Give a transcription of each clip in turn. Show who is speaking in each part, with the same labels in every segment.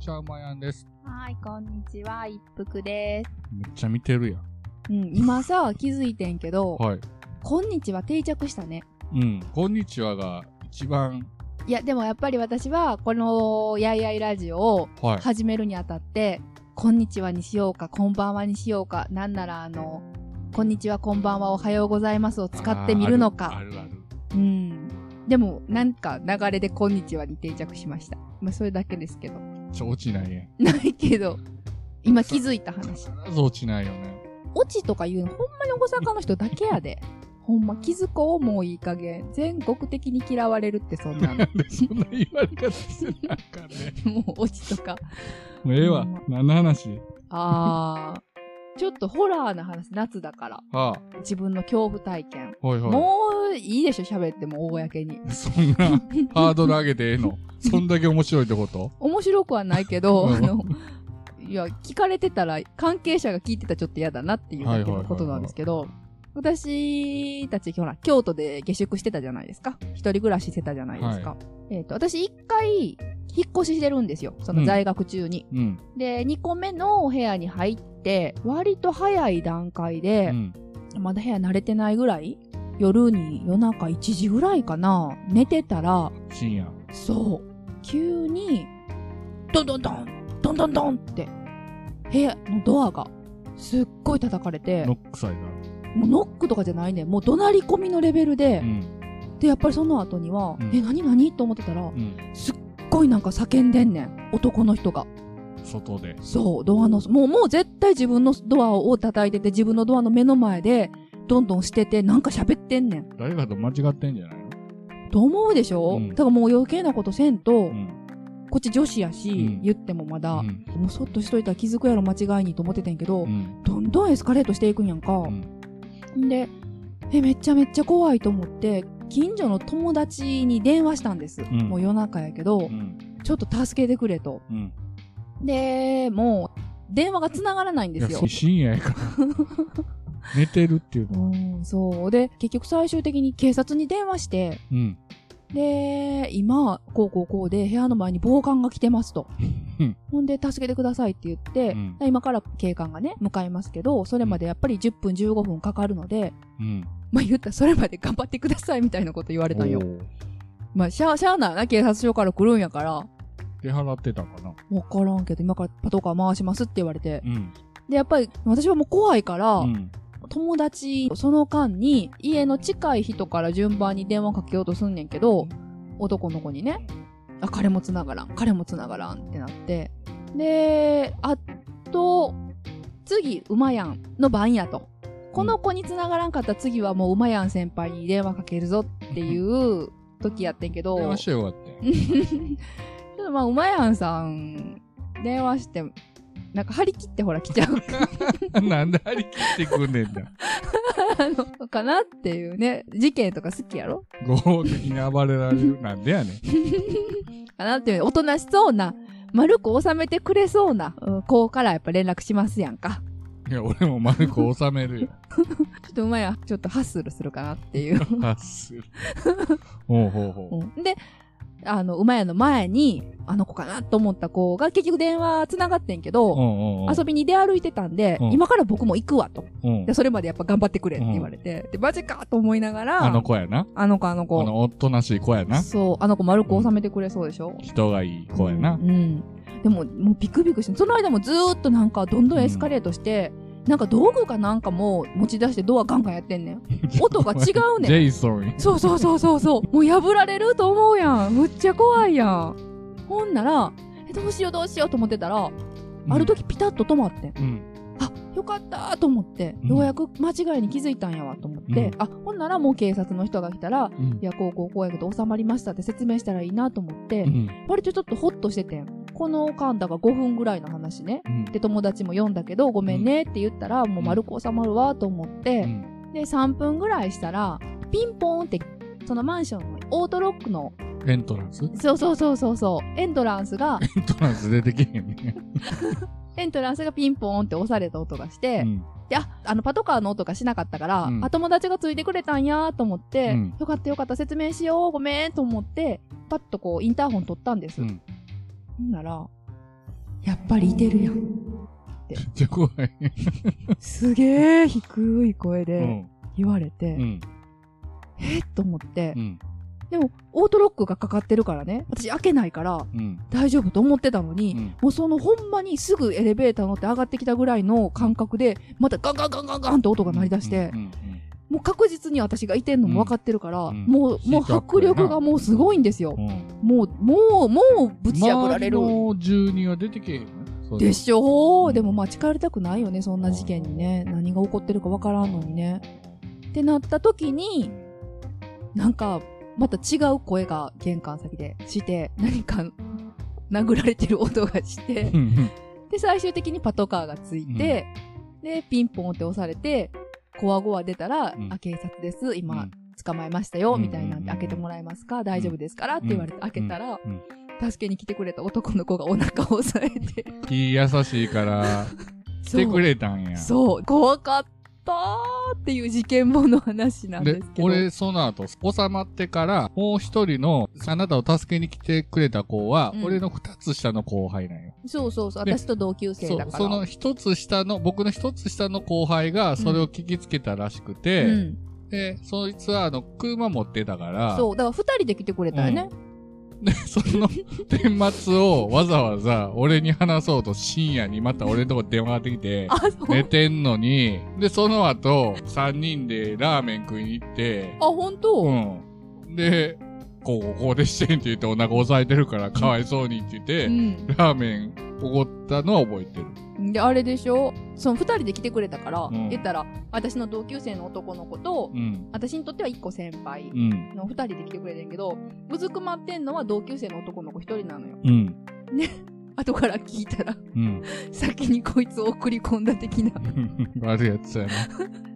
Speaker 1: ちゃうまやんです。
Speaker 2: はい、こんにちは、一服です。
Speaker 1: めっちゃ見てるやん。
Speaker 2: うん、今さ、気づいてんけど、
Speaker 1: はい。
Speaker 2: こんにちは定着したね。
Speaker 1: うん。こんにちはが一番、
Speaker 2: いや、でもやっぱり私は、この、やいやいラジオを
Speaker 1: はい。
Speaker 2: 始めるにあたって、こんにちはにしようか、こんばんはにしようか、なんならあの、こんにちは、こんばんは、おはようございますを使ってみるの
Speaker 1: あ
Speaker 2: か。
Speaker 1: るある
Speaker 2: うん。でも、なんか流れでこんにちはに定着しました。まあ、それだけですけど。
Speaker 1: ある。ちょ、落ちないやん。
Speaker 2: ないけど、今気づいた話。
Speaker 1: 必ず落ちないよね。
Speaker 2: オチとか言うのほんまに大阪の人だけやで。ほんま気づこうもういい加減。全国的に嫌われるってそんな の。
Speaker 1: で、そんな言われ方してなんかね。
Speaker 2: もうオチとか。
Speaker 1: もうええわ
Speaker 2: ほんま。
Speaker 1: 何の話
Speaker 2: あー。ちょっとホラーな話、夏だから。
Speaker 1: は
Speaker 2: 自分の恐怖体験。
Speaker 1: あ、はいは
Speaker 2: もういいでしょ、喋っても公に。
Speaker 1: い。そんな、ハードル上げてええのそんだけ面白いってこと
Speaker 2: 面白くはないけど、
Speaker 1: うん
Speaker 2: あの、いや、聞かれてたら、関係者が聞いてたらちょっと嫌だなっていうだけのことなんですけど、私たち、ほら、京都で下宿してたじゃないですか。一人暮らししてたじゃないですか。えっ、と、私一回、引っ越ししてるんですよ。その在学中に。
Speaker 1: うん。
Speaker 2: で、二個目のお部屋に入って、割と早い段階
Speaker 1: う
Speaker 2: で、
Speaker 1: ん。
Speaker 2: まだ部屋慣れてないぐらい夜に夜中1時ぐらいかな寝てたら、
Speaker 1: 深夜。
Speaker 2: そう。急に、ドンドンドン、ドンドンドンって、部屋のドアが、すっごい叩かれて、
Speaker 1: ノックされ
Speaker 2: もうノックとかじゃないね。もう怒鳴り込みのレベルで
Speaker 1: た。う、ん。
Speaker 2: で、やっぱりその後には、
Speaker 1: うん
Speaker 2: え、何何と思ってたら、
Speaker 1: うん。
Speaker 2: すっごいなんか叫んでんねん。男の人が。
Speaker 1: 外で。
Speaker 2: そう、ドアの、もう、もう絶対自分のドアを叩いてて、自分のドアの目の前で、どんどんしてて、なんか喋ってんねん。
Speaker 1: 誰かと間違ってんじゃないの
Speaker 2: と思うでしょ、
Speaker 1: うん
Speaker 2: だからもう余計なことせんと、
Speaker 1: うん。
Speaker 2: こっち女子やし、
Speaker 1: うん
Speaker 2: 言ってもまだ、
Speaker 1: うん。
Speaker 2: もうそっとしといたら気づくやろ間違いにと思ってたんやけど、
Speaker 1: うん。
Speaker 2: どんどんエスカレートしていくんやんか
Speaker 1: う、ん。
Speaker 2: ん、でえめっちゃめっちゃ怖いと思って近所の友達に電話したんです、
Speaker 1: ん
Speaker 2: もう夜中やけど、
Speaker 1: うん。
Speaker 2: ちょっと助けてくれと
Speaker 1: うん。
Speaker 2: でもう電話が繋がらないん
Speaker 1: い
Speaker 2: で
Speaker 1: や、
Speaker 2: すよ
Speaker 1: そう深夜 やから。寝てるっていう
Speaker 2: う
Speaker 1: の。
Speaker 2: ん、そうで結局最終的に警察に電話して
Speaker 1: うん。
Speaker 2: で今こうこうこうで部屋の前に暴漢が来てますと
Speaker 1: うん。
Speaker 2: ほんで、助けてくださいって言って、
Speaker 1: うん
Speaker 2: 今から警官がね、向かいますけど、それまでやっぱり10分15分かかるので、
Speaker 1: うん。
Speaker 2: まあ言ったらそれまで頑張ってくださいみたいなこと言われたんよ
Speaker 1: お。ー
Speaker 2: まあ、しゃあ、しゃあないな、警察署から来るんやから。
Speaker 1: 出払ってたかな。
Speaker 2: わからんけど、今からパトカー回しますって言われて
Speaker 1: う。ん。
Speaker 2: で、やっぱり私はもう怖いから、
Speaker 1: うん。
Speaker 2: 友達、その間に家の近い人から順番に電話かけようとすんねんけど、男の子にね、あ、彼も繋がらん、彼も繋がらんってなって。で、あと、次、馬やんの番やと。この子に繋がらんかったら次はもう馬やん先輩に電話かけるぞっていう時やってんけど、
Speaker 1: 電話し
Speaker 2: ち
Speaker 1: てよかったよ。
Speaker 2: ょっとまあ馬やんさん、電話して、なんか張り切ってほら来ちゃう
Speaker 1: なんで張り切ってくんねんだ。
Speaker 2: あのかなっていうね、事件とか好きやろ
Speaker 1: 合法的に暴れられる。なんでやねん。
Speaker 2: かなっていう、おとなしそうな、丸く収めてくれそうなうん子からやっぱ連絡しますやんか。
Speaker 1: いや、俺も丸く収め るよ。
Speaker 2: ちょっとうまいや、ちょっとハッスルするかなっていう。
Speaker 1: あっする。ほうほうほ
Speaker 2: うんで、あの、うまやの前に、あの子かなと思った子が結局電話繋がってんけ
Speaker 1: う。う
Speaker 2: ど、
Speaker 1: んうんうん。
Speaker 2: 遊びに出歩いてたんで、
Speaker 1: うん
Speaker 2: 今から僕も行くわと。
Speaker 1: うん
Speaker 2: で、それまでやっぱ頑張ってくれって言われて、で、マジかと思いながら、
Speaker 1: あの子やな。
Speaker 2: あの子、あの
Speaker 1: こ
Speaker 2: 子、
Speaker 1: のおとなしい子やな。
Speaker 2: そう、あの子丸く収めてくれそうでしょ
Speaker 1: 人がいい子やな
Speaker 2: う。ん。でも、もうビクビクして、その間もずーっとなんかどんどんエスカレートして、なんか道具かなんかも持ち出してドアガンガンやってんねん。音が違う
Speaker 1: ジェ
Speaker 2: ねん。
Speaker 1: イソン。
Speaker 2: そうそうそうそうそう。もう破られると思うやん。むっちゃ怖いやん。ほんなら、え、どうしようどうしようと思ってたら、ある。時ピタッと止まってん。
Speaker 1: うん。
Speaker 2: あ、よかったーと思って、
Speaker 1: うん
Speaker 2: ようやく間違いに気づいたんやわと思って、
Speaker 1: うん
Speaker 2: あ、ほんならもう警察の人が来たら、
Speaker 1: うん
Speaker 2: い。や、こうこうこうやけど収まりましたって説明したらいいなと思って、
Speaker 1: うん。
Speaker 2: 割とちょっとホッとしててん。このカンダが5分ぐらいの話ね。
Speaker 1: うん
Speaker 2: で、友達も読んだけど、ごめんねって言ったら、もう丸く収まるわと思って、で、3分ぐらいしたら、ピンポーンって、そのマンションのオートロックの、
Speaker 1: うんエントランスエ
Speaker 2: そうそうそうそうそう、エントラン スが、
Speaker 1: ントランス出てけへんね。
Speaker 2: エントランスがピンポーンって押された音がして、
Speaker 1: うん
Speaker 2: で、あ、あの、パトカーの音がしなかったから、
Speaker 1: うん
Speaker 2: あ、友達がついてくれたんやーと思って、
Speaker 1: うん
Speaker 2: よかったよかった、説明しよう、ごめんと思って、パッとこう、インターホン取ったんです。
Speaker 1: うん。
Speaker 2: ほんなら、
Speaker 3: やっぱりいてるやん。
Speaker 1: じゃあ怖い。
Speaker 2: すげえ低い声
Speaker 1: う
Speaker 2: で
Speaker 1: ん。
Speaker 2: 言われて、
Speaker 1: うん。
Speaker 2: えっと思って
Speaker 1: う、ん。
Speaker 2: でもオートロックがかかってるからね私開けないから
Speaker 1: うん。
Speaker 2: 大丈夫と思ってたのに、
Speaker 1: うん
Speaker 2: もうそのほんまにすぐエレベーター乗って上がってきたぐらいの感覚でまたガンガンガンガンガンって音が鳴り出して、
Speaker 1: うん。
Speaker 2: もう確実に私がいてんのも分かってるから、
Speaker 1: うん
Speaker 2: もうも
Speaker 1: ヒ
Speaker 2: う
Speaker 1: ートアッ
Speaker 2: 迫
Speaker 1: プやな
Speaker 2: 力がもうすごいんですよ
Speaker 1: う、んうん。
Speaker 2: もうもうもうぶち破られる
Speaker 1: 周りの住人は出てけえへんの
Speaker 2: でしょう、
Speaker 1: うん
Speaker 2: でもまあ近寄りたくないよねそんな事件にね何が起こってるか分からんのにねってなった時になんかまた違う声が玄関先でして何か殴られてる音がして
Speaker 1: うんうん
Speaker 2: で最終的にパトカーがついて、でピンポンって押されてこわごわ出たら、
Speaker 1: うん
Speaker 2: あ警察です今、
Speaker 1: うん
Speaker 2: 捕まえましたよ、
Speaker 1: うん
Speaker 2: みたいなんで開けてもらえますか大丈夫ですから、って言われて開けたら、
Speaker 1: うん
Speaker 2: 助けに来てくれた男の子がお腹を押さえて
Speaker 1: 気優 しいから、来てくれたんや。
Speaker 2: そう、怖かったーっていう事件簿の話なんですけど。
Speaker 1: 俺、その後、収まってから、もう一人の、あなたを助けに来てくれた子は、
Speaker 2: うん
Speaker 1: 俺の二つ下の後輩なんよ。
Speaker 2: そうそうそう、
Speaker 1: で
Speaker 2: 私と同級生
Speaker 1: そ
Speaker 2: だから。
Speaker 1: う、その一つ下の、僕の一つ下の後輩が、それを聞きつけたらしくて、
Speaker 2: うん、
Speaker 1: で、そいつは、あの、車持ってたから、
Speaker 2: そう、だから二人で来てくれたよね。
Speaker 1: で、 その、顛末をわざわざ、俺に話そうと深夜にまた俺のとこ電話がかかってきて、
Speaker 2: あ、そう。
Speaker 1: 寝てんのに、で、その後、三人でラーメン食いに行って
Speaker 2: あ、、本当、
Speaker 1: うん。で、こう、こうこうでしてんって言ってお腹押さえてるからかわいそうにって言って、
Speaker 2: う
Speaker 1: ラーメンおごったのは覚えてる。
Speaker 2: ん。で、あれでしょその二人で来てくれたから、
Speaker 1: うん
Speaker 2: 言ったら、私の同級生の男の子と、
Speaker 1: うん。
Speaker 2: 私にとっては一個先輩
Speaker 1: うん。
Speaker 2: の二人で来てくれてんけど、うずくまってんのは同級生の男の子一人なのよ。
Speaker 1: うん。
Speaker 2: 後から聞い たら、
Speaker 1: うん。
Speaker 2: 先にこいつを送り込んだ的な。
Speaker 1: 悪いやつやな。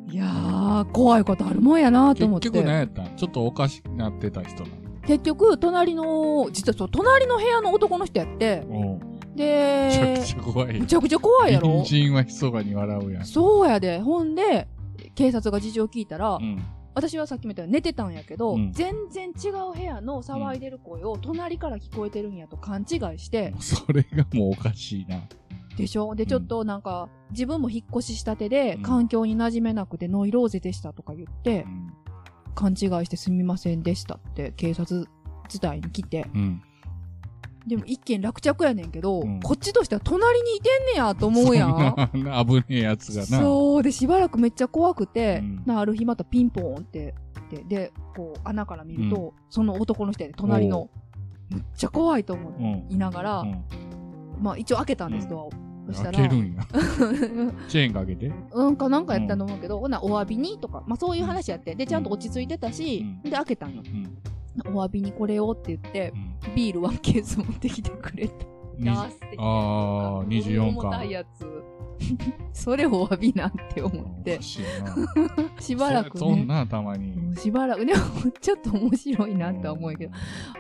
Speaker 2: いやー、怖いことあるもんやなと思
Speaker 1: 結
Speaker 2: って。
Speaker 1: 局何やったんちょっとおかしくなってた人な
Speaker 2: 結局、隣の、実はそう、隣の部屋の男の人やって、
Speaker 1: の。うん。めちゃ
Speaker 2: で
Speaker 1: く、ちゃ怖い
Speaker 2: む。ちゃくちゃ怖いやろ
Speaker 1: 隣人は密かに笑うやん。
Speaker 2: そうやで、ほんで、警察が事情聞いたら、
Speaker 1: うん。
Speaker 2: 私はさっきみたいに寝てたんやけど、
Speaker 1: うん
Speaker 2: 全然違う部屋の騒いでる声を隣から聞こえてるんやと勘違いして、
Speaker 1: それがもうおかしいな。
Speaker 2: でしょで、
Speaker 1: うん
Speaker 2: ちょっとなんか、自分も引っ越ししたてで
Speaker 1: うん、
Speaker 2: 環境に馴染めなくてノイローゼでしたとか言って
Speaker 1: う、ん。
Speaker 2: 勘違いしてすみませんでしたって警察伝いに来て、
Speaker 1: うん。
Speaker 2: でも一件落着やねんけど、
Speaker 1: うん
Speaker 2: こっちとしては隣にいてんねやと思うやん。
Speaker 1: そんな危ねえやつがな。
Speaker 2: そうでしばらくめっちゃ怖くて、
Speaker 1: うん
Speaker 2: なある日またピンポーンってででこう穴から見ると、
Speaker 1: う
Speaker 2: その男の人やで隣のめっちゃ怖いと思
Speaker 1: う。
Speaker 2: うんいながら、
Speaker 1: うん。
Speaker 2: まあ一応開けたんです、
Speaker 1: うん
Speaker 2: ドアを。そした
Speaker 1: 開
Speaker 2: ら
Speaker 1: けるんや。チェーンかけて。
Speaker 2: うんかなんかやったと思うけど、ほなお詫びにとか、まあ、そういう話やってでちゃんと落ち着いてたし、
Speaker 1: うん
Speaker 2: で開けたんよ
Speaker 1: うん。
Speaker 2: お詫びにこれをって言って
Speaker 1: うん。
Speaker 2: ビールワンケース持ってきてくれた
Speaker 1: に
Speaker 2: あー素敵
Speaker 1: ああ、24
Speaker 2: 重たい
Speaker 1: 巻。
Speaker 2: やつ それを詫びなんて思っ
Speaker 1: お
Speaker 2: て
Speaker 1: かしいな。
Speaker 2: しばらく
Speaker 1: そそん
Speaker 2: ね
Speaker 1: な、たまに。
Speaker 2: しばらくねちょっと面白いなとは思うけど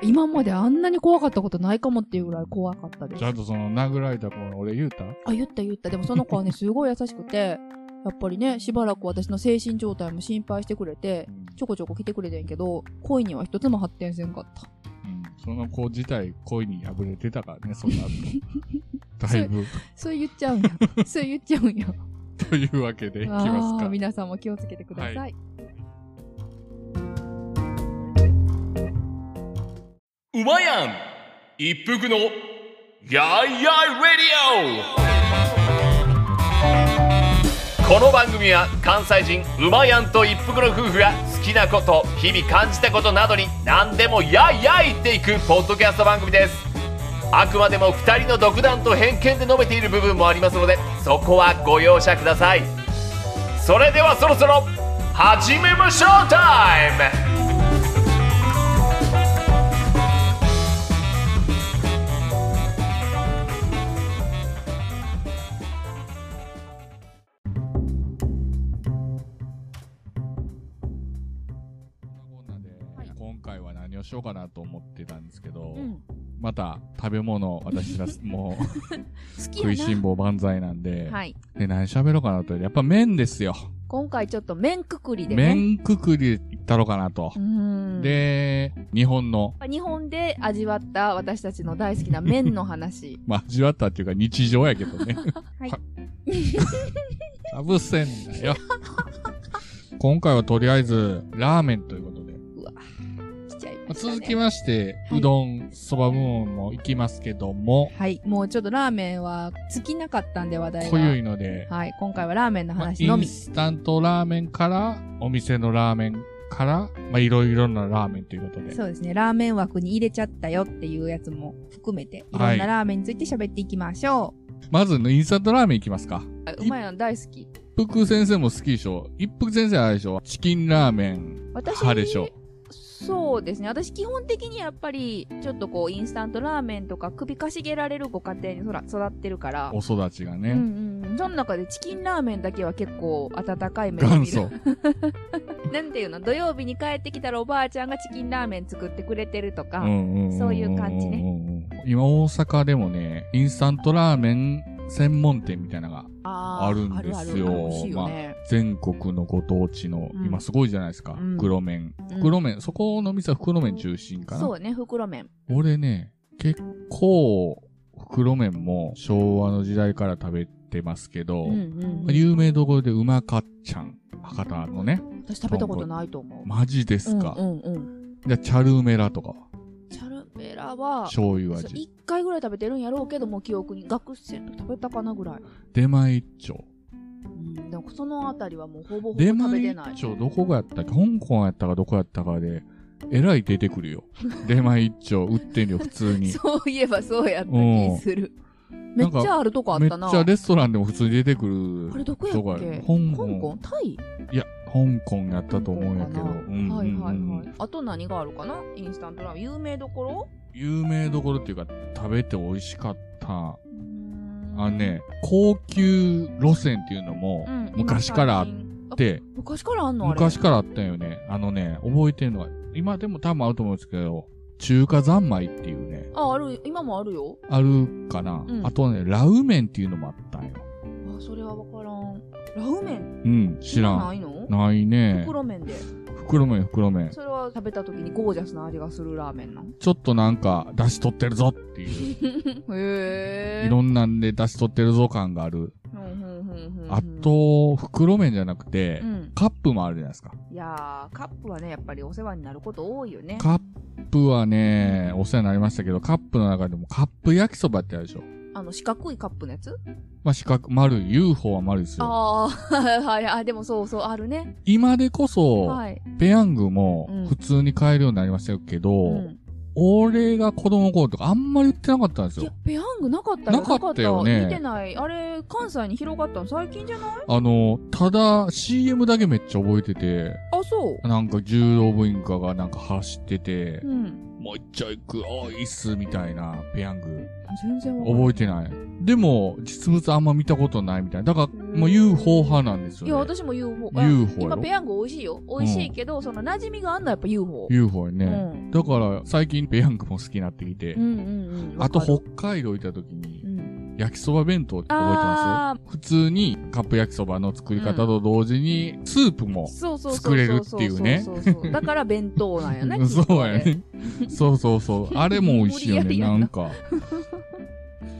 Speaker 2: 今まであんなに怖かったことないかもっていうぐらい怖かったです
Speaker 1: ちゃんとその、殴られた子は俺言うた
Speaker 2: あ言った言ったでもその子 はねすごい優しくてやっぱりねしばらく私の精神状態も心配してくれて
Speaker 1: うん
Speaker 2: ちょこちょこ来てくれてんけど恋には一つも発展せんかった
Speaker 1: うんその子自体、恋に破れてたからね、そ の後。だいぶ。
Speaker 2: そう言っちゃ うんやそう言っちゃうんや
Speaker 1: というわけで、いきます
Speaker 2: あー
Speaker 1: か。
Speaker 2: 皆さんも気をつけてください、
Speaker 1: は
Speaker 4: うまやん一服のやいやいレディオこの番組は関西人うまやんと一服の夫婦が好きなこと日々感じたことなどに何でもやいやい言っていくポッドキャスト番組ですあくまでも2人の独断と偏見で述べている部分もありますのでそこはご容赦くださいそれではそろそろ始めましょうタイム
Speaker 1: こんなで
Speaker 2: はい
Speaker 1: 今回は何をしようかなと思ってたんですけど、
Speaker 2: うん、
Speaker 1: また食べ物私らもう
Speaker 2: 好きや
Speaker 1: 食
Speaker 2: ない
Speaker 1: しん坊万歳なんで,、
Speaker 2: はい
Speaker 1: で何喋ろうかなとやっぱ麺ですよ
Speaker 2: 今回ちょっと麺くくりでね
Speaker 1: 麺くくりたろうかなと
Speaker 2: う。ん、
Speaker 1: で、日本の、
Speaker 2: 日本で味わった私たちの大好きな麺の話
Speaker 1: まあ、味わったっていうか日常やけどね。
Speaker 2: はい
Speaker 1: は。 かぶせんなよ。今回はとりあえず、ラーメンということで。
Speaker 2: しちゃい
Speaker 1: まあ
Speaker 2: ました、ね、
Speaker 1: 続きまして、
Speaker 2: はいう
Speaker 1: どん、そば部門も行きますけども、
Speaker 2: はいもうちょっとラーメンは尽きなかったんで話題が
Speaker 1: 濃ゆいので、
Speaker 2: はい今回はラーメンの
Speaker 1: まあ
Speaker 2: 話
Speaker 1: イ
Speaker 2: のみ、
Speaker 1: ンスタントラーメンから、お店のラーメンから、まあ、いろいろなラーメンということで。
Speaker 2: そうですねラーメン枠に入れちゃったよっていうやつも含めてい
Speaker 1: はい
Speaker 2: ろんなラーメンについて喋っていきましょ
Speaker 1: まず、インスタントラーメン行きますか。
Speaker 2: う、うまいの大好き
Speaker 1: 一服先生も好きでしょ一服先生あれでしょチキンラーメン
Speaker 2: 私
Speaker 1: 派でしょ
Speaker 2: そうですね私基本的にやっぱりちょっとこうインスタントラーメンとか首かしげられるご家庭にそら育ってるから
Speaker 1: お育ちがね。
Speaker 2: うんうん、その中でチキンラーメンだけは結構温かい目で見
Speaker 1: 元
Speaker 2: る
Speaker 1: 祖。
Speaker 2: なんていうの土曜日に帰ってきたらおばあちゃんがチキンラーメン作ってくれてるとか、
Speaker 1: んんんんんん
Speaker 2: そういう感じね。
Speaker 1: 今大阪でもね、インスタントラーメン専門店みたいなのが
Speaker 2: あー
Speaker 1: あるんですよ
Speaker 2: あるある美味しいよね、
Speaker 1: 全国のご当地の、
Speaker 2: うん
Speaker 1: 今すごいじゃないですか。
Speaker 2: うん
Speaker 1: 袋麺。袋麺、そこの店は袋麺中心かな。
Speaker 2: そうね袋麺
Speaker 1: 俺ね、結構、袋麺も昭和の時代から食べてますけど、
Speaker 2: うんうん、
Speaker 1: 有名どころでうまかっちゃん。博多のね。
Speaker 2: 私食べたことないと思う
Speaker 1: マジですか。
Speaker 2: うんうんうん
Speaker 1: じゃあ、チャルメラとかは
Speaker 2: チャルメラは
Speaker 1: 醤油
Speaker 2: そう
Speaker 1: 味。
Speaker 2: 一回ぐらい食べてるんやろうけどもう記憶に学生の時食べたかなぐらい、
Speaker 1: 出前一丁。
Speaker 2: うん、でもそのあたりはもうほぼほぼ
Speaker 1: 出
Speaker 2: 食べ
Speaker 1: 前
Speaker 2: て
Speaker 1: 一
Speaker 2: ない
Speaker 1: 丁どこがやったっけ香港やったかどこやったかで、えらい出てくる よ。出前一丁売ってんよ、普通に。
Speaker 2: そういえばそうやった気するめ
Speaker 1: な
Speaker 2: っ
Speaker 1: んか
Speaker 2: ちゃあるとこあっ
Speaker 1: めった
Speaker 2: な
Speaker 1: ちゃレストランでも普通に出てくる。
Speaker 2: あれどこやっ
Speaker 1: とこ
Speaker 2: け
Speaker 1: や
Speaker 2: 香
Speaker 1: 香
Speaker 2: 港
Speaker 1: 港。
Speaker 2: タイ
Speaker 1: いや、香港やったと思うんやけど。
Speaker 2: 香港かな
Speaker 1: うん
Speaker 2: はいはい
Speaker 1: うん
Speaker 2: はい。あと何があるかなインスタントラーメン。有名どころ
Speaker 1: 有名どころっていうか、食べて美味しかった。あの。
Speaker 2: あ
Speaker 1: ね、高級路線っていうのも
Speaker 2: うん、
Speaker 1: 昔からあっ
Speaker 2: 今最近
Speaker 1: て、
Speaker 2: あ昔からあんのあれ。
Speaker 1: 昔からあったよね。あのね、覚えてるのは、今でも多分あると思うんですけど、中華三昧っていうね、
Speaker 2: あ、ある、今もあるよ。
Speaker 1: あるかな。
Speaker 2: うん
Speaker 1: あとね、ラウメンっていうのもあったんよ。
Speaker 2: あ、それはわからん。ラーメン
Speaker 1: うん、知ら。
Speaker 2: 今なんいの
Speaker 1: ないね。
Speaker 2: 袋麺で。
Speaker 1: 袋麺、袋麺。
Speaker 2: それは食べた時にゴージャスな味がするラーメンなん。
Speaker 1: ちょっとなんか、出汁取ってるぞっていう、
Speaker 2: へえ。
Speaker 1: いろんなんで出汁取ってるぞ感がある。
Speaker 2: ふんふんふんふんふん
Speaker 1: あ、と、袋麺じゃなくて、
Speaker 2: うん。
Speaker 1: カップもあるじゃないですか。
Speaker 2: いやー、カップはね、やっぱりお世話になること多いよね。
Speaker 1: カップはね、お世話になりましたけど、カップの中でもカップ焼きそばってあるでしょ。
Speaker 2: あの、四角いカップのやつ
Speaker 1: まあ、四角、丸い、UFO は丸いですよ。
Speaker 2: ああ、はい、 あ、でもそうそう、あるね。
Speaker 1: 今でこそ、
Speaker 2: はい。
Speaker 1: ペヤングも
Speaker 2: うん
Speaker 1: 普通に買えるようになりましたけど、
Speaker 2: うん
Speaker 1: 俺が子供の頃とかあんまり売ってなかったんです
Speaker 2: いや
Speaker 1: よ。、
Speaker 2: ペヤングなかったよ。
Speaker 1: なかったよね
Speaker 2: なかった見てない。あれ、関西に広がったの最近じゃない
Speaker 1: あの、ただ CM だけめっちゃ覚えてて、
Speaker 2: あ、そう。
Speaker 1: なんか柔道部員かがなんか走ってて、
Speaker 2: うん。
Speaker 1: もう一丁行く、おいいっす、みたいなペヤング。
Speaker 2: 全然わかんない。
Speaker 1: 覚えてない。でも、実物あんま見たことないみたいな。だから、
Speaker 2: うん
Speaker 1: もう UFO 派なんです
Speaker 2: いや、
Speaker 1: よ、ね。
Speaker 2: 私も UFO。
Speaker 1: UFO
Speaker 2: あ
Speaker 1: よ
Speaker 2: 今、ペヤング美味しいよ。美味しいけど、その馴染みがあんのはやっぱ UFO。
Speaker 1: UFO や
Speaker 2: う
Speaker 1: ね。
Speaker 2: ん。
Speaker 1: だから、最近ペヤングも好きになってきて
Speaker 2: う、んうんうん。
Speaker 1: あと
Speaker 2: わかる、
Speaker 1: 北海道行った時に
Speaker 2: う、ん。
Speaker 1: 焼きそば弁当って覚えてます
Speaker 2: あ
Speaker 1: 普通にカップ焼きそばの作り方と同時に、スープ
Speaker 2: あ、
Speaker 1: も。
Speaker 2: そうそうそ
Speaker 1: 作
Speaker 2: うそう。
Speaker 1: れるっていうね
Speaker 2: そうそうそ うだから弁当なんやね。
Speaker 1: そうや
Speaker 2: きっとあれ。
Speaker 1: ね。 そうそうそう。あれも美味しいよ
Speaker 2: 無
Speaker 1: ね、
Speaker 2: 理やり
Speaker 1: な
Speaker 2: やなん
Speaker 1: か。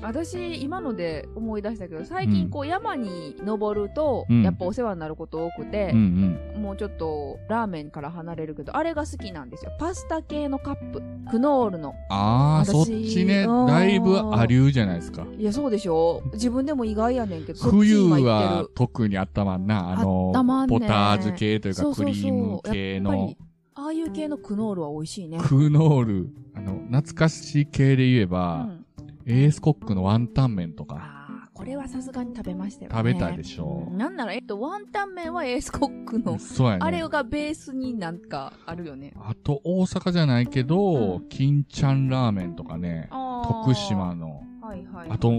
Speaker 2: 私、今ので思い出したけど、最近こう山に登ると、
Speaker 1: うん
Speaker 2: やっぱお世話になること多くて、
Speaker 1: うんうん。
Speaker 2: もうちょっとラーメンから離れるけど、あれが好きなんですよ。パスタ系のカップ。クノールの。
Speaker 1: あー、そっ
Speaker 2: 私
Speaker 1: ちね、
Speaker 2: あー
Speaker 1: だいぶアリューじゃないですか。
Speaker 2: いや、そうでしょ自分でも意外やねんけど、そっち
Speaker 1: 冬
Speaker 2: 今行
Speaker 1: は
Speaker 2: ってる。
Speaker 1: 特にあったまんな、あの
Speaker 2: 温ま、んね
Speaker 1: ポタージュ系という
Speaker 2: そ
Speaker 1: か
Speaker 2: う
Speaker 1: ク
Speaker 2: そうそう
Speaker 1: リーム系
Speaker 2: やっぱ
Speaker 1: の
Speaker 2: り、ああいう系のクノールは美味しいね。
Speaker 1: クノール、あの、懐かしい系で言え
Speaker 2: う
Speaker 1: ば、
Speaker 2: ん、
Speaker 1: エースコックのワンタン麺とか、
Speaker 2: ああ、これはさすがに食べましたよね。
Speaker 1: 食べたでしょ
Speaker 2: うんなんなら、えっと、ワンタン麺はエースコックの、
Speaker 1: そうやね。
Speaker 2: あれがベースになんかあるよね。
Speaker 1: あと、大阪じゃないけど、
Speaker 2: うん
Speaker 1: 金ちゃんラーメンとかね、
Speaker 2: あー
Speaker 1: 徳島。の、
Speaker 2: はいはいはいはい、
Speaker 1: あと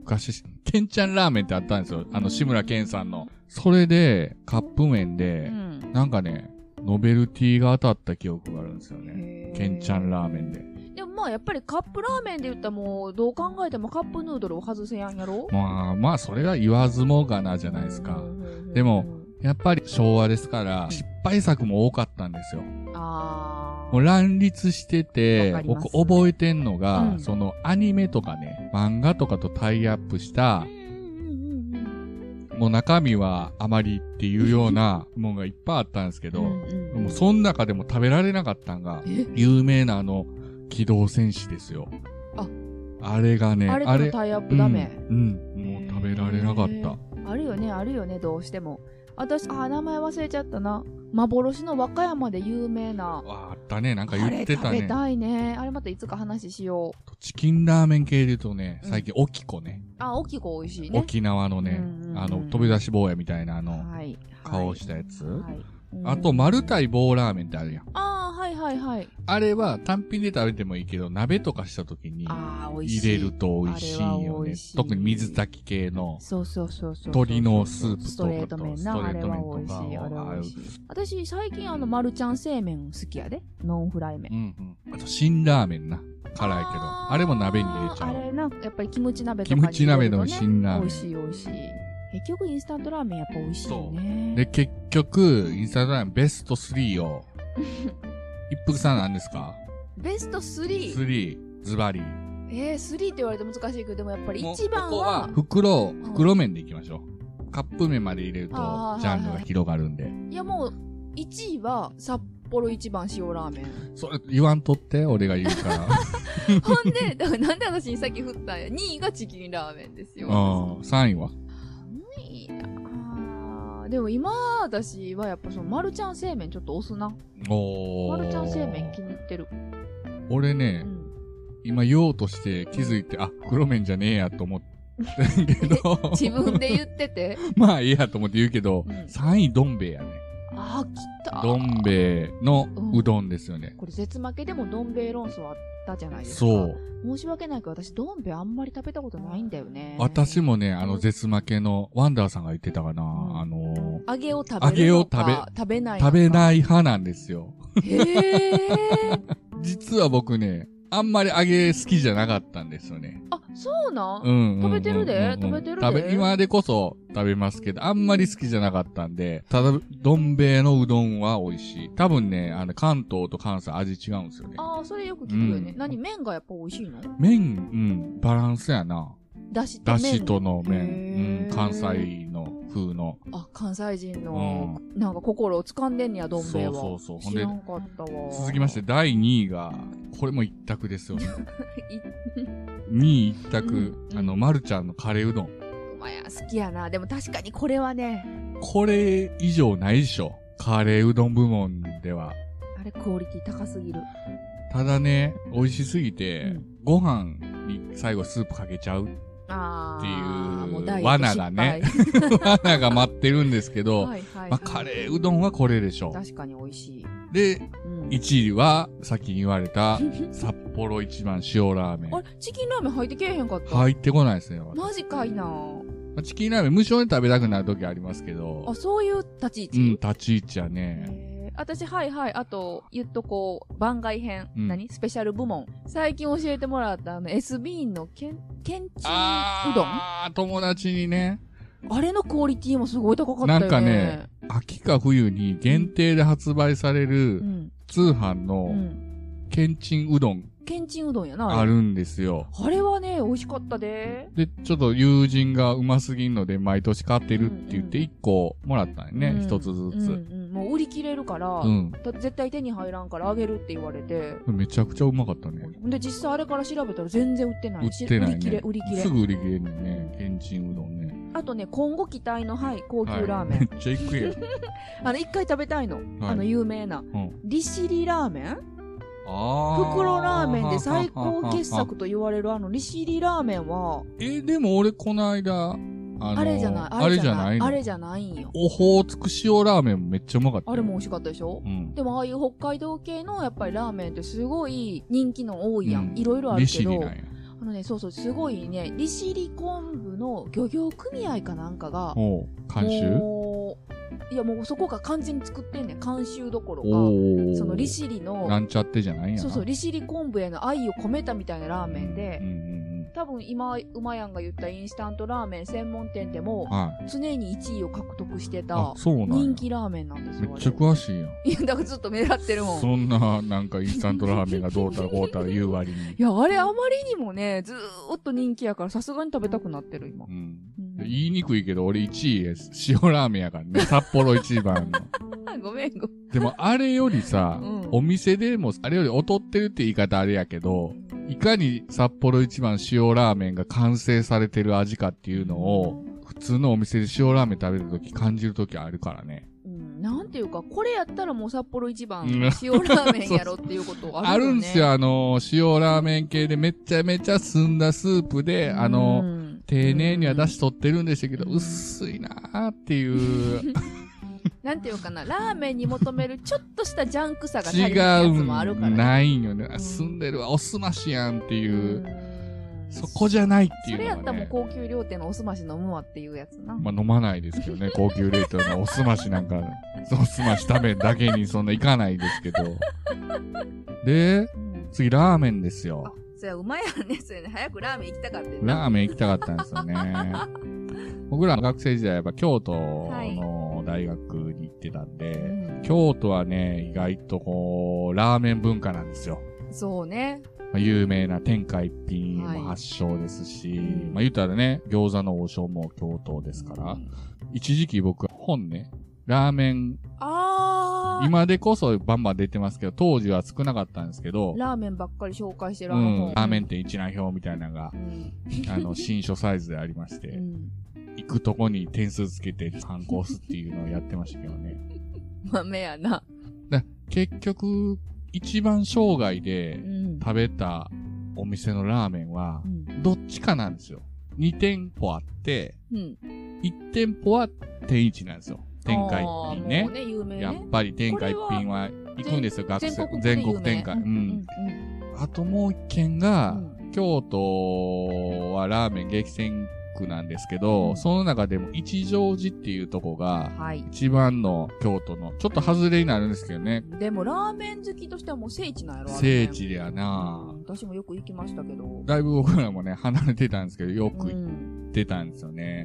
Speaker 1: 昔、けんちゃんラーメンってあったんですよ。あの、志村けんさんの。それで、カップ麺
Speaker 2: う
Speaker 1: で、
Speaker 2: ん、
Speaker 1: なんかね、ノベルティが当たった記憶があるんですよね。けんちゃんラーメンで。
Speaker 2: でもまあやっぱりカップラーメンで言ったらもうどう考えてもカップヌードルを外せやんやろ
Speaker 1: まあ、まあ、それが言わずもがなじゃないですか
Speaker 2: う。ん
Speaker 1: でも、やっぱり昭和ですから、失敗作も多かったんですよ。
Speaker 2: あ
Speaker 1: もう乱立して
Speaker 2: わか
Speaker 1: て、
Speaker 2: ります
Speaker 1: 僕覚えてんのが、
Speaker 2: うん
Speaker 1: そのアニメとかね、漫画とかとタイアップした
Speaker 2: う、んうんうん
Speaker 1: もう中身はあまりっていうよう なもんがいっぱいあったんですけど、
Speaker 2: うん
Speaker 1: もうその中でも食べられなかったんが
Speaker 2: え、
Speaker 1: 有名なあの、機動戦士ですよ。
Speaker 2: あ
Speaker 1: あれがね、
Speaker 2: あれとのタイアップダメ、
Speaker 1: うん、うん、もう食べられなかっ
Speaker 2: へ
Speaker 1: た
Speaker 2: ー。あるよねあるよねどうしても私あー名前忘れちゃったな幻の和歌山で有名な
Speaker 1: ああったね、なんか
Speaker 2: あ
Speaker 1: 言
Speaker 2: れ
Speaker 1: って
Speaker 2: 食
Speaker 1: た
Speaker 2: べ
Speaker 1: ね。
Speaker 2: たいねあれまたいつか話しよう
Speaker 1: チキンラーメン系で言うとね、
Speaker 2: うん
Speaker 1: 最近、沖子ね。
Speaker 2: あ大きい子美味しいね
Speaker 1: 沖縄のね
Speaker 2: うんうんう、ん
Speaker 1: あの、飛び出し坊やみたいなあの、
Speaker 2: はい
Speaker 1: 顔したやつ
Speaker 2: はいうん
Speaker 1: あと、丸太棒ラーメンってあるやん。
Speaker 2: ああはいはいはい
Speaker 1: あれは単品で食べてもいいけど、鍋とかした時に
Speaker 2: ああ美味し
Speaker 1: 入
Speaker 2: い
Speaker 1: れると美味しい
Speaker 2: あれは
Speaker 1: よ
Speaker 2: 美
Speaker 1: ね
Speaker 2: 味しい。
Speaker 1: 特に水炊き系の。
Speaker 2: そうそうそうそう
Speaker 1: 鶏のスープとかと
Speaker 2: ストレート麺な
Speaker 1: スト
Speaker 2: あ
Speaker 1: レ
Speaker 2: れ
Speaker 1: ート麺と
Speaker 2: は
Speaker 1: か
Speaker 2: 美味しいあれは美味しい
Speaker 1: あ
Speaker 2: 私最近あのマルちゃん製麺好きやでノンフライ麺
Speaker 1: うんうん。あと、辛ラーメンな。辛いけど。あれも鍋に入れちゃ
Speaker 2: あ
Speaker 1: う。
Speaker 2: れなやっぱりキムチ鍋とか
Speaker 1: キムチ鍋の
Speaker 2: に入れるとね
Speaker 1: 辛ラーメン
Speaker 2: 美味しい美味しい結局インスタントラーメンやっぱ美味しいよね
Speaker 1: で、結局、インスタグラムベスト3を。一服さんなんですか
Speaker 2: ベスト 3?
Speaker 1: 3、ズバリ。
Speaker 2: えー、3って言われて難しいけどでもやっぱり
Speaker 1: もう
Speaker 2: 一
Speaker 1: こ
Speaker 2: 番
Speaker 1: こ
Speaker 2: は
Speaker 1: 袋、袋麺でいきましょう。カップ麺まで入れると
Speaker 2: あー、
Speaker 1: ジャンルが広がるんで。
Speaker 2: いやもう1位は札幌一番塩ラーメン
Speaker 1: それ言わんとって、俺が言う から。
Speaker 2: ほんでだからなんで私にさっき振ったんや2位がチキンラーメンですよ
Speaker 1: うん。3位は
Speaker 2: 寒いなあでも今私はやっぱそのマルちゃん製麺ちょっと押すな
Speaker 1: お
Speaker 2: マルちゃん製麺気に入ってる、
Speaker 1: 俺
Speaker 2: う
Speaker 1: ね、
Speaker 2: ん、。
Speaker 1: 今言おうとして気づいて、あ、袋麺じゃねえやと思ってんけど
Speaker 2: 自分で言ってて
Speaker 1: まあいいやと思って言うけど、
Speaker 2: うん
Speaker 1: 3位どん兵衛やね。
Speaker 2: あー来た
Speaker 1: どん兵衛のうどんですよね。
Speaker 2: これ絶負けでもどん兵衛論争あったじゃないですか
Speaker 1: そう。
Speaker 2: 申し訳ないけど私どん兵衛あんまり食べたことないんだよね
Speaker 1: 私もね、あの、絶負けの、ワンダーさんが言ってたかな、
Speaker 2: ん
Speaker 1: あの
Speaker 2: 揚げを食べるのか
Speaker 1: 揚げを食べ
Speaker 2: 食べない
Speaker 1: ー、食べ
Speaker 2: い
Speaker 1: ない派なんですよ。
Speaker 2: へえ
Speaker 1: 実は僕ね、あんまり揚げ好きじゃなかったんですよね。
Speaker 2: あそうなん、
Speaker 1: うんうんうんうん
Speaker 2: 食べてるで食べてるで
Speaker 1: 食べ、今でこそ食べますけど、あんまり好きじゃなかったんで、ただ、どん兵衛のうどんは美味しい。多分ね、あの、関東と関西味違うんですよね。
Speaker 2: ああそれよく聞くよね、
Speaker 1: うん
Speaker 2: 何麺がやっぱ美味しいの
Speaker 1: 麺、うん、バランスやな。
Speaker 2: だしと
Speaker 1: だ
Speaker 2: 麺
Speaker 1: しとの麺
Speaker 2: へー、
Speaker 1: うん、関西の風の。
Speaker 2: あ関西人の、なんか心を掴んでんねやどん兵衛は
Speaker 1: そうそうそうほん
Speaker 2: 知
Speaker 1: で
Speaker 2: らんかったわ
Speaker 1: 続きま して、第2位が、これも一択ですよね。
Speaker 2: いう
Speaker 1: 2位一択
Speaker 2: う、ん
Speaker 1: あの、まるちゃんのカレーうどん。
Speaker 2: まや好きやなでも確かにこれはね
Speaker 1: これ以上ないでしょ。カレーうどん部門では。
Speaker 2: あれクオリティ高すぎる
Speaker 1: ただね、美味しすぎて、
Speaker 2: うん
Speaker 1: ご飯に最後スープかけちゃう
Speaker 2: あ
Speaker 1: って
Speaker 2: あ
Speaker 1: いう
Speaker 2: もダイエット
Speaker 1: 罠がね
Speaker 2: 失敗
Speaker 1: 罠が待ってるんですけど、
Speaker 2: はいはいはい
Speaker 1: まあ、カレーうどんはこれでしょう。
Speaker 2: 確かに美味しい、
Speaker 1: で、
Speaker 2: うん
Speaker 1: 1位は、さっき言われた、札幌一番塩ラーメン
Speaker 2: あ。れチキンラーメン入ってけえへんかった、
Speaker 1: 入ってこないですね。
Speaker 2: マジかいな
Speaker 1: まあチキンラーメン無償で食べたくなる時ありますけど
Speaker 2: あ、そういう立ち位
Speaker 1: う
Speaker 2: 置、
Speaker 1: ん、立ち位置はね、
Speaker 2: へー私はいはいあと言っとこう番外編、
Speaker 1: うん
Speaker 2: 何スペシャル部門最近教えてもらったあの SB のけんけんちうどんあ
Speaker 1: あー、友達にね、
Speaker 2: れのクオリティもすごい高かったよね
Speaker 1: なんかね秋か冬に限定で発売される
Speaker 2: うん
Speaker 1: 通販
Speaker 2: う
Speaker 1: の
Speaker 2: ん
Speaker 1: けんちんうどん
Speaker 2: けんちんうどんやな
Speaker 1: あるんですよ。
Speaker 2: あれはね美味しかったで
Speaker 1: で、ちょっと友人がうますぎんので毎年買ってるって言って
Speaker 2: うん
Speaker 1: 1個もらったんよ
Speaker 2: う
Speaker 1: ね
Speaker 2: ん、
Speaker 1: 一、つ
Speaker 2: うん
Speaker 1: ずつ。
Speaker 2: うんもう売り切れるから、
Speaker 1: うん。
Speaker 2: だ絶対手に入らんからあげるって言われて
Speaker 1: めちゃくちゃうまかったね。
Speaker 2: ほんで実際あれから調べたら全然売ってない
Speaker 1: 売ってない
Speaker 2: 売り切れ
Speaker 1: ね。
Speaker 2: 売り切れ
Speaker 1: すぐ売り切れんねんね。けんちんうどんね。
Speaker 2: あとね今後期待のはい高級ラーメン、
Speaker 1: はいめっちゃ行く やん。
Speaker 2: あの一回食べたいの、
Speaker 1: はい
Speaker 2: あの有名な、
Speaker 1: ん
Speaker 2: 利尻ラーメン
Speaker 1: あー
Speaker 2: 袋ラーメンで最高傑作と言われるあの利尻ラーメンは
Speaker 1: え、でも俺この間、あの
Speaker 2: あれじゃない
Speaker 1: あれじゃないの
Speaker 2: あれじゃないんよ
Speaker 1: オホーツク塩ラーメンもめっちゃうまかったよ。
Speaker 2: あれも美味しかったでしょ
Speaker 1: うん。
Speaker 2: でもああいう北海道系のやっぱりラーメンってすごい人気の多いやん、
Speaker 1: うん
Speaker 2: いろいろある
Speaker 1: 利
Speaker 2: け
Speaker 1: 尻な
Speaker 2: ど
Speaker 1: んや。
Speaker 2: あのねそうそうすごいね利尻昆布の漁業組合かなんかが
Speaker 1: おう、監修
Speaker 2: もういやもうそこが完全に作ってんねん監修どころ
Speaker 1: お
Speaker 2: か
Speaker 1: ー
Speaker 2: その利尻の
Speaker 1: なんちゃってじゃないんやな。
Speaker 2: そうそう利尻昆布への愛を込めたみたいなラーメンで、
Speaker 1: うんうんうん
Speaker 2: 多分今、うまやんが言ったインスタントラーメン専門店でも、
Speaker 1: はい。
Speaker 2: 常に1位を獲得して
Speaker 1: あ
Speaker 2: た、、
Speaker 1: そうなんや
Speaker 2: 人気ラーメンなんです
Speaker 1: め
Speaker 2: よ。
Speaker 1: っちゃ
Speaker 2: あれ
Speaker 1: 詳しいやん。
Speaker 2: いや、だからずっと狙ってるもん。
Speaker 1: そんな、なんかインスタントラーメンがどうたらこうたら言う割に
Speaker 2: い。や、あれあまりにもね、ずーっと人気やから、さすがに食べたくなってる、今
Speaker 1: う。ん。
Speaker 2: うん
Speaker 1: 言いにくいけど、俺1位です。塩ラーメンやから ね。札幌一番の。
Speaker 2: あごめん、ごめん。
Speaker 1: でも、あれよりさ、
Speaker 2: うん
Speaker 1: お店でも、あれより劣ってるって言い方あれやけど、いかに札幌一番塩ラーメンが完成されてる味かっていうのを、普通のお店で塩ラーメン食べるとき感じるときあるからね。
Speaker 2: うん、なんていうか、これやったらもう札幌一番
Speaker 1: うん
Speaker 2: 塩ラーメンやろっていうこと
Speaker 1: あ
Speaker 2: ある
Speaker 1: る
Speaker 2: よ
Speaker 1: ん
Speaker 2: ね。
Speaker 1: すよ、あの、塩ラーメン系でめちゃめちゃ澄んだスープで、あ
Speaker 2: う
Speaker 1: の、
Speaker 2: ん
Speaker 1: 丁寧には出し取ってるんでしたけど、薄いなーって いう、
Speaker 2: なんていうかな、ラーメンに求めるちょっとしたジャンクさが足り
Speaker 1: 違
Speaker 2: ないやつ
Speaker 1: う
Speaker 2: もあるから、
Speaker 1: ん、
Speaker 2: ね。
Speaker 1: ないんよね。
Speaker 2: う
Speaker 1: あ
Speaker 2: ん
Speaker 1: 澄んでるわ、おすましやんっていうう、
Speaker 2: ん
Speaker 1: そこじゃないってい
Speaker 2: それや
Speaker 1: う
Speaker 2: っ
Speaker 1: の
Speaker 2: た
Speaker 1: が、
Speaker 2: らもう
Speaker 1: ね。
Speaker 2: 高級料亭のおすまし飲むわっていうやつな。
Speaker 1: まあ飲まないですけ どね、高級レートのおすましなんか、おすまし食べんだけにそんないかないですけど。で、
Speaker 2: うん
Speaker 1: 次ラーメンですよ
Speaker 2: あ。、そりゃうまいやんね。それね、早くラーメン行きたかったよな
Speaker 1: ラーメン行きたかったんですよね。僕ら学生時代はやっぱ京都の大学に行ってたんで、
Speaker 2: うん
Speaker 1: 京都はね、意外とこう、ラーメン文化なんですよ。
Speaker 2: そうね。
Speaker 1: まあ有名な天下一品
Speaker 2: はい
Speaker 1: も発祥ですし、
Speaker 2: うん
Speaker 1: まあ言うたらね、餃子の王将も京都ですから、一時期僕本ね、ラーメン、
Speaker 2: あー。
Speaker 1: 今でこそバンバン出てますけど、当時は少なかったんですけど、
Speaker 2: ラーメンばっかり紹介してる
Speaker 1: う
Speaker 2: あの本
Speaker 1: ん、ラーメン店一覧表みたいなのが
Speaker 2: う、ん。
Speaker 1: あの、新書サイズでありまして、
Speaker 2: うん
Speaker 1: 行くとこに点数つけて反抗すっていうのをやってましたけどね。
Speaker 2: 豆やな。
Speaker 1: 結局、一番生涯
Speaker 2: う
Speaker 1: で
Speaker 2: ん。
Speaker 1: 食べたお店のラーメンは
Speaker 2: う、ん。
Speaker 1: どっちかなんですよ。2店舗あって、
Speaker 2: うん。
Speaker 1: 1店舗は天一なんですよ。天下一
Speaker 2: あー
Speaker 1: 品
Speaker 2: も
Speaker 1: ね
Speaker 2: う。ね、有名
Speaker 1: やっ
Speaker 2: ね。
Speaker 1: ぱり天下一品は行くんですよ、学
Speaker 2: 全
Speaker 1: 生
Speaker 2: 国区。で
Speaker 1: 全
Speaker 2: 有
Speaker 1: 国
Speaker 2: 名
Speaker 1: 展開。う
Speaker 2: うんん。
Speaker 1: あともう一軒
Speaker 2: う
Speaker 1: が、
Speaker 2: ん。
Speaker 1: 京都はラーメン激戦区なんですけど、
Speaker 2: うん
Speaker 1: その中でも一乗寺っていうとこが、
Speaker 2: はい。
Speaker 1: 一番の京都の、ちょっと外れになるんですけどね。
Speaker 2: でも、ラーメン好きとしてはもう聖地なんやろあれ
Speaker 1: 聖
Speaker 2: ね
Speaker 1: 地でや
Speaker 2: う
Speaker 1: なん
Speaker 2: 私もよく行きましたけど。
Speaker 1: だいぶ僕らもね、離れてたんですけど、よ
Speaker 2: う
Speaker 1: く行
Speaker 2: ん。
Speaker 1: ってたんですよ
Speaker 2: う
Speaker 1: ね。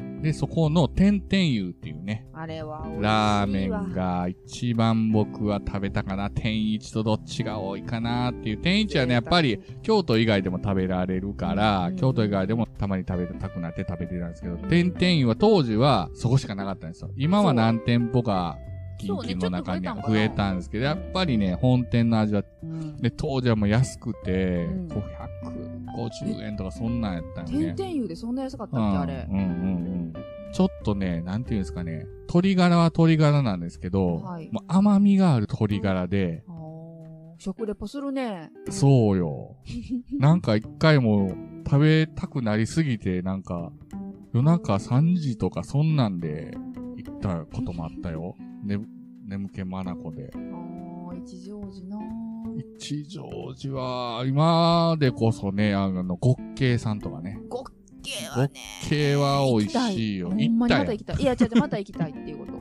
Speaker 2: ん
Speaker 1: で、そこの天天湯っていうね、
Speaker 2: あれは美味しいわ。
Speaker 1: ラーメンが一番僕は食べたかな。天一とどっちが多いかなっていう。天一はね、やっぱり京都以外でも食べられるから
Speaker 2: う、ん
Speaker 1: 京都以外でもたまに食べたくなって食べてたんですけど、天天湯は当時はそこしかなかったんですよ。今は何店舗か、近
Speaker 2: そうね
Speaker 1: 々の中には
Speaker 2: ちょっと
Speaker 1: 増
Speaker 2: 増
Speaker 1: え
Speaker 2: え
Speaker 1: た
Speaker 2: た
Speaker 1: んですけど、やっぱりね、本店の味は、
Speaker 2: うん。
Speaker 1: で、当時はもう安くて、
Speaker 2: うん
Speaker 1: こう150円とかそんなんやったんよね
Speaker 2: 天。天湯でそんな安かったっけ、あれ
Speaker 1: う。んうんうんうん。ちょっとね、なんていうんですかね、鶏ガラは鶏ガラなんですけど、
Speaker 2: はい
Speaker 1: もう甘みがある鶏ガラで、
Speaker 2: あー食レポするね。
Speaker 1: そう よ。なんか一回も食べたくなりすぎて、なんか夜中3時とかそんなんで行ったこともあったよ。ね、眠気まなこで。
Speaker 2: あー一乗寺な
Speaker 1: 一乗寺は、今でこそね、あの、極慶さんとかね。
Speaker 2: ごっけはね。
Speaker 1: 系は美味しいよ。
Speaker 2: 行きたほんまにま
Speaker 1: 行
Speaker 2: た
Speaker 1: っ
Speaker 2: 行きたい。いや、違う違う、また行きたいっていうこと。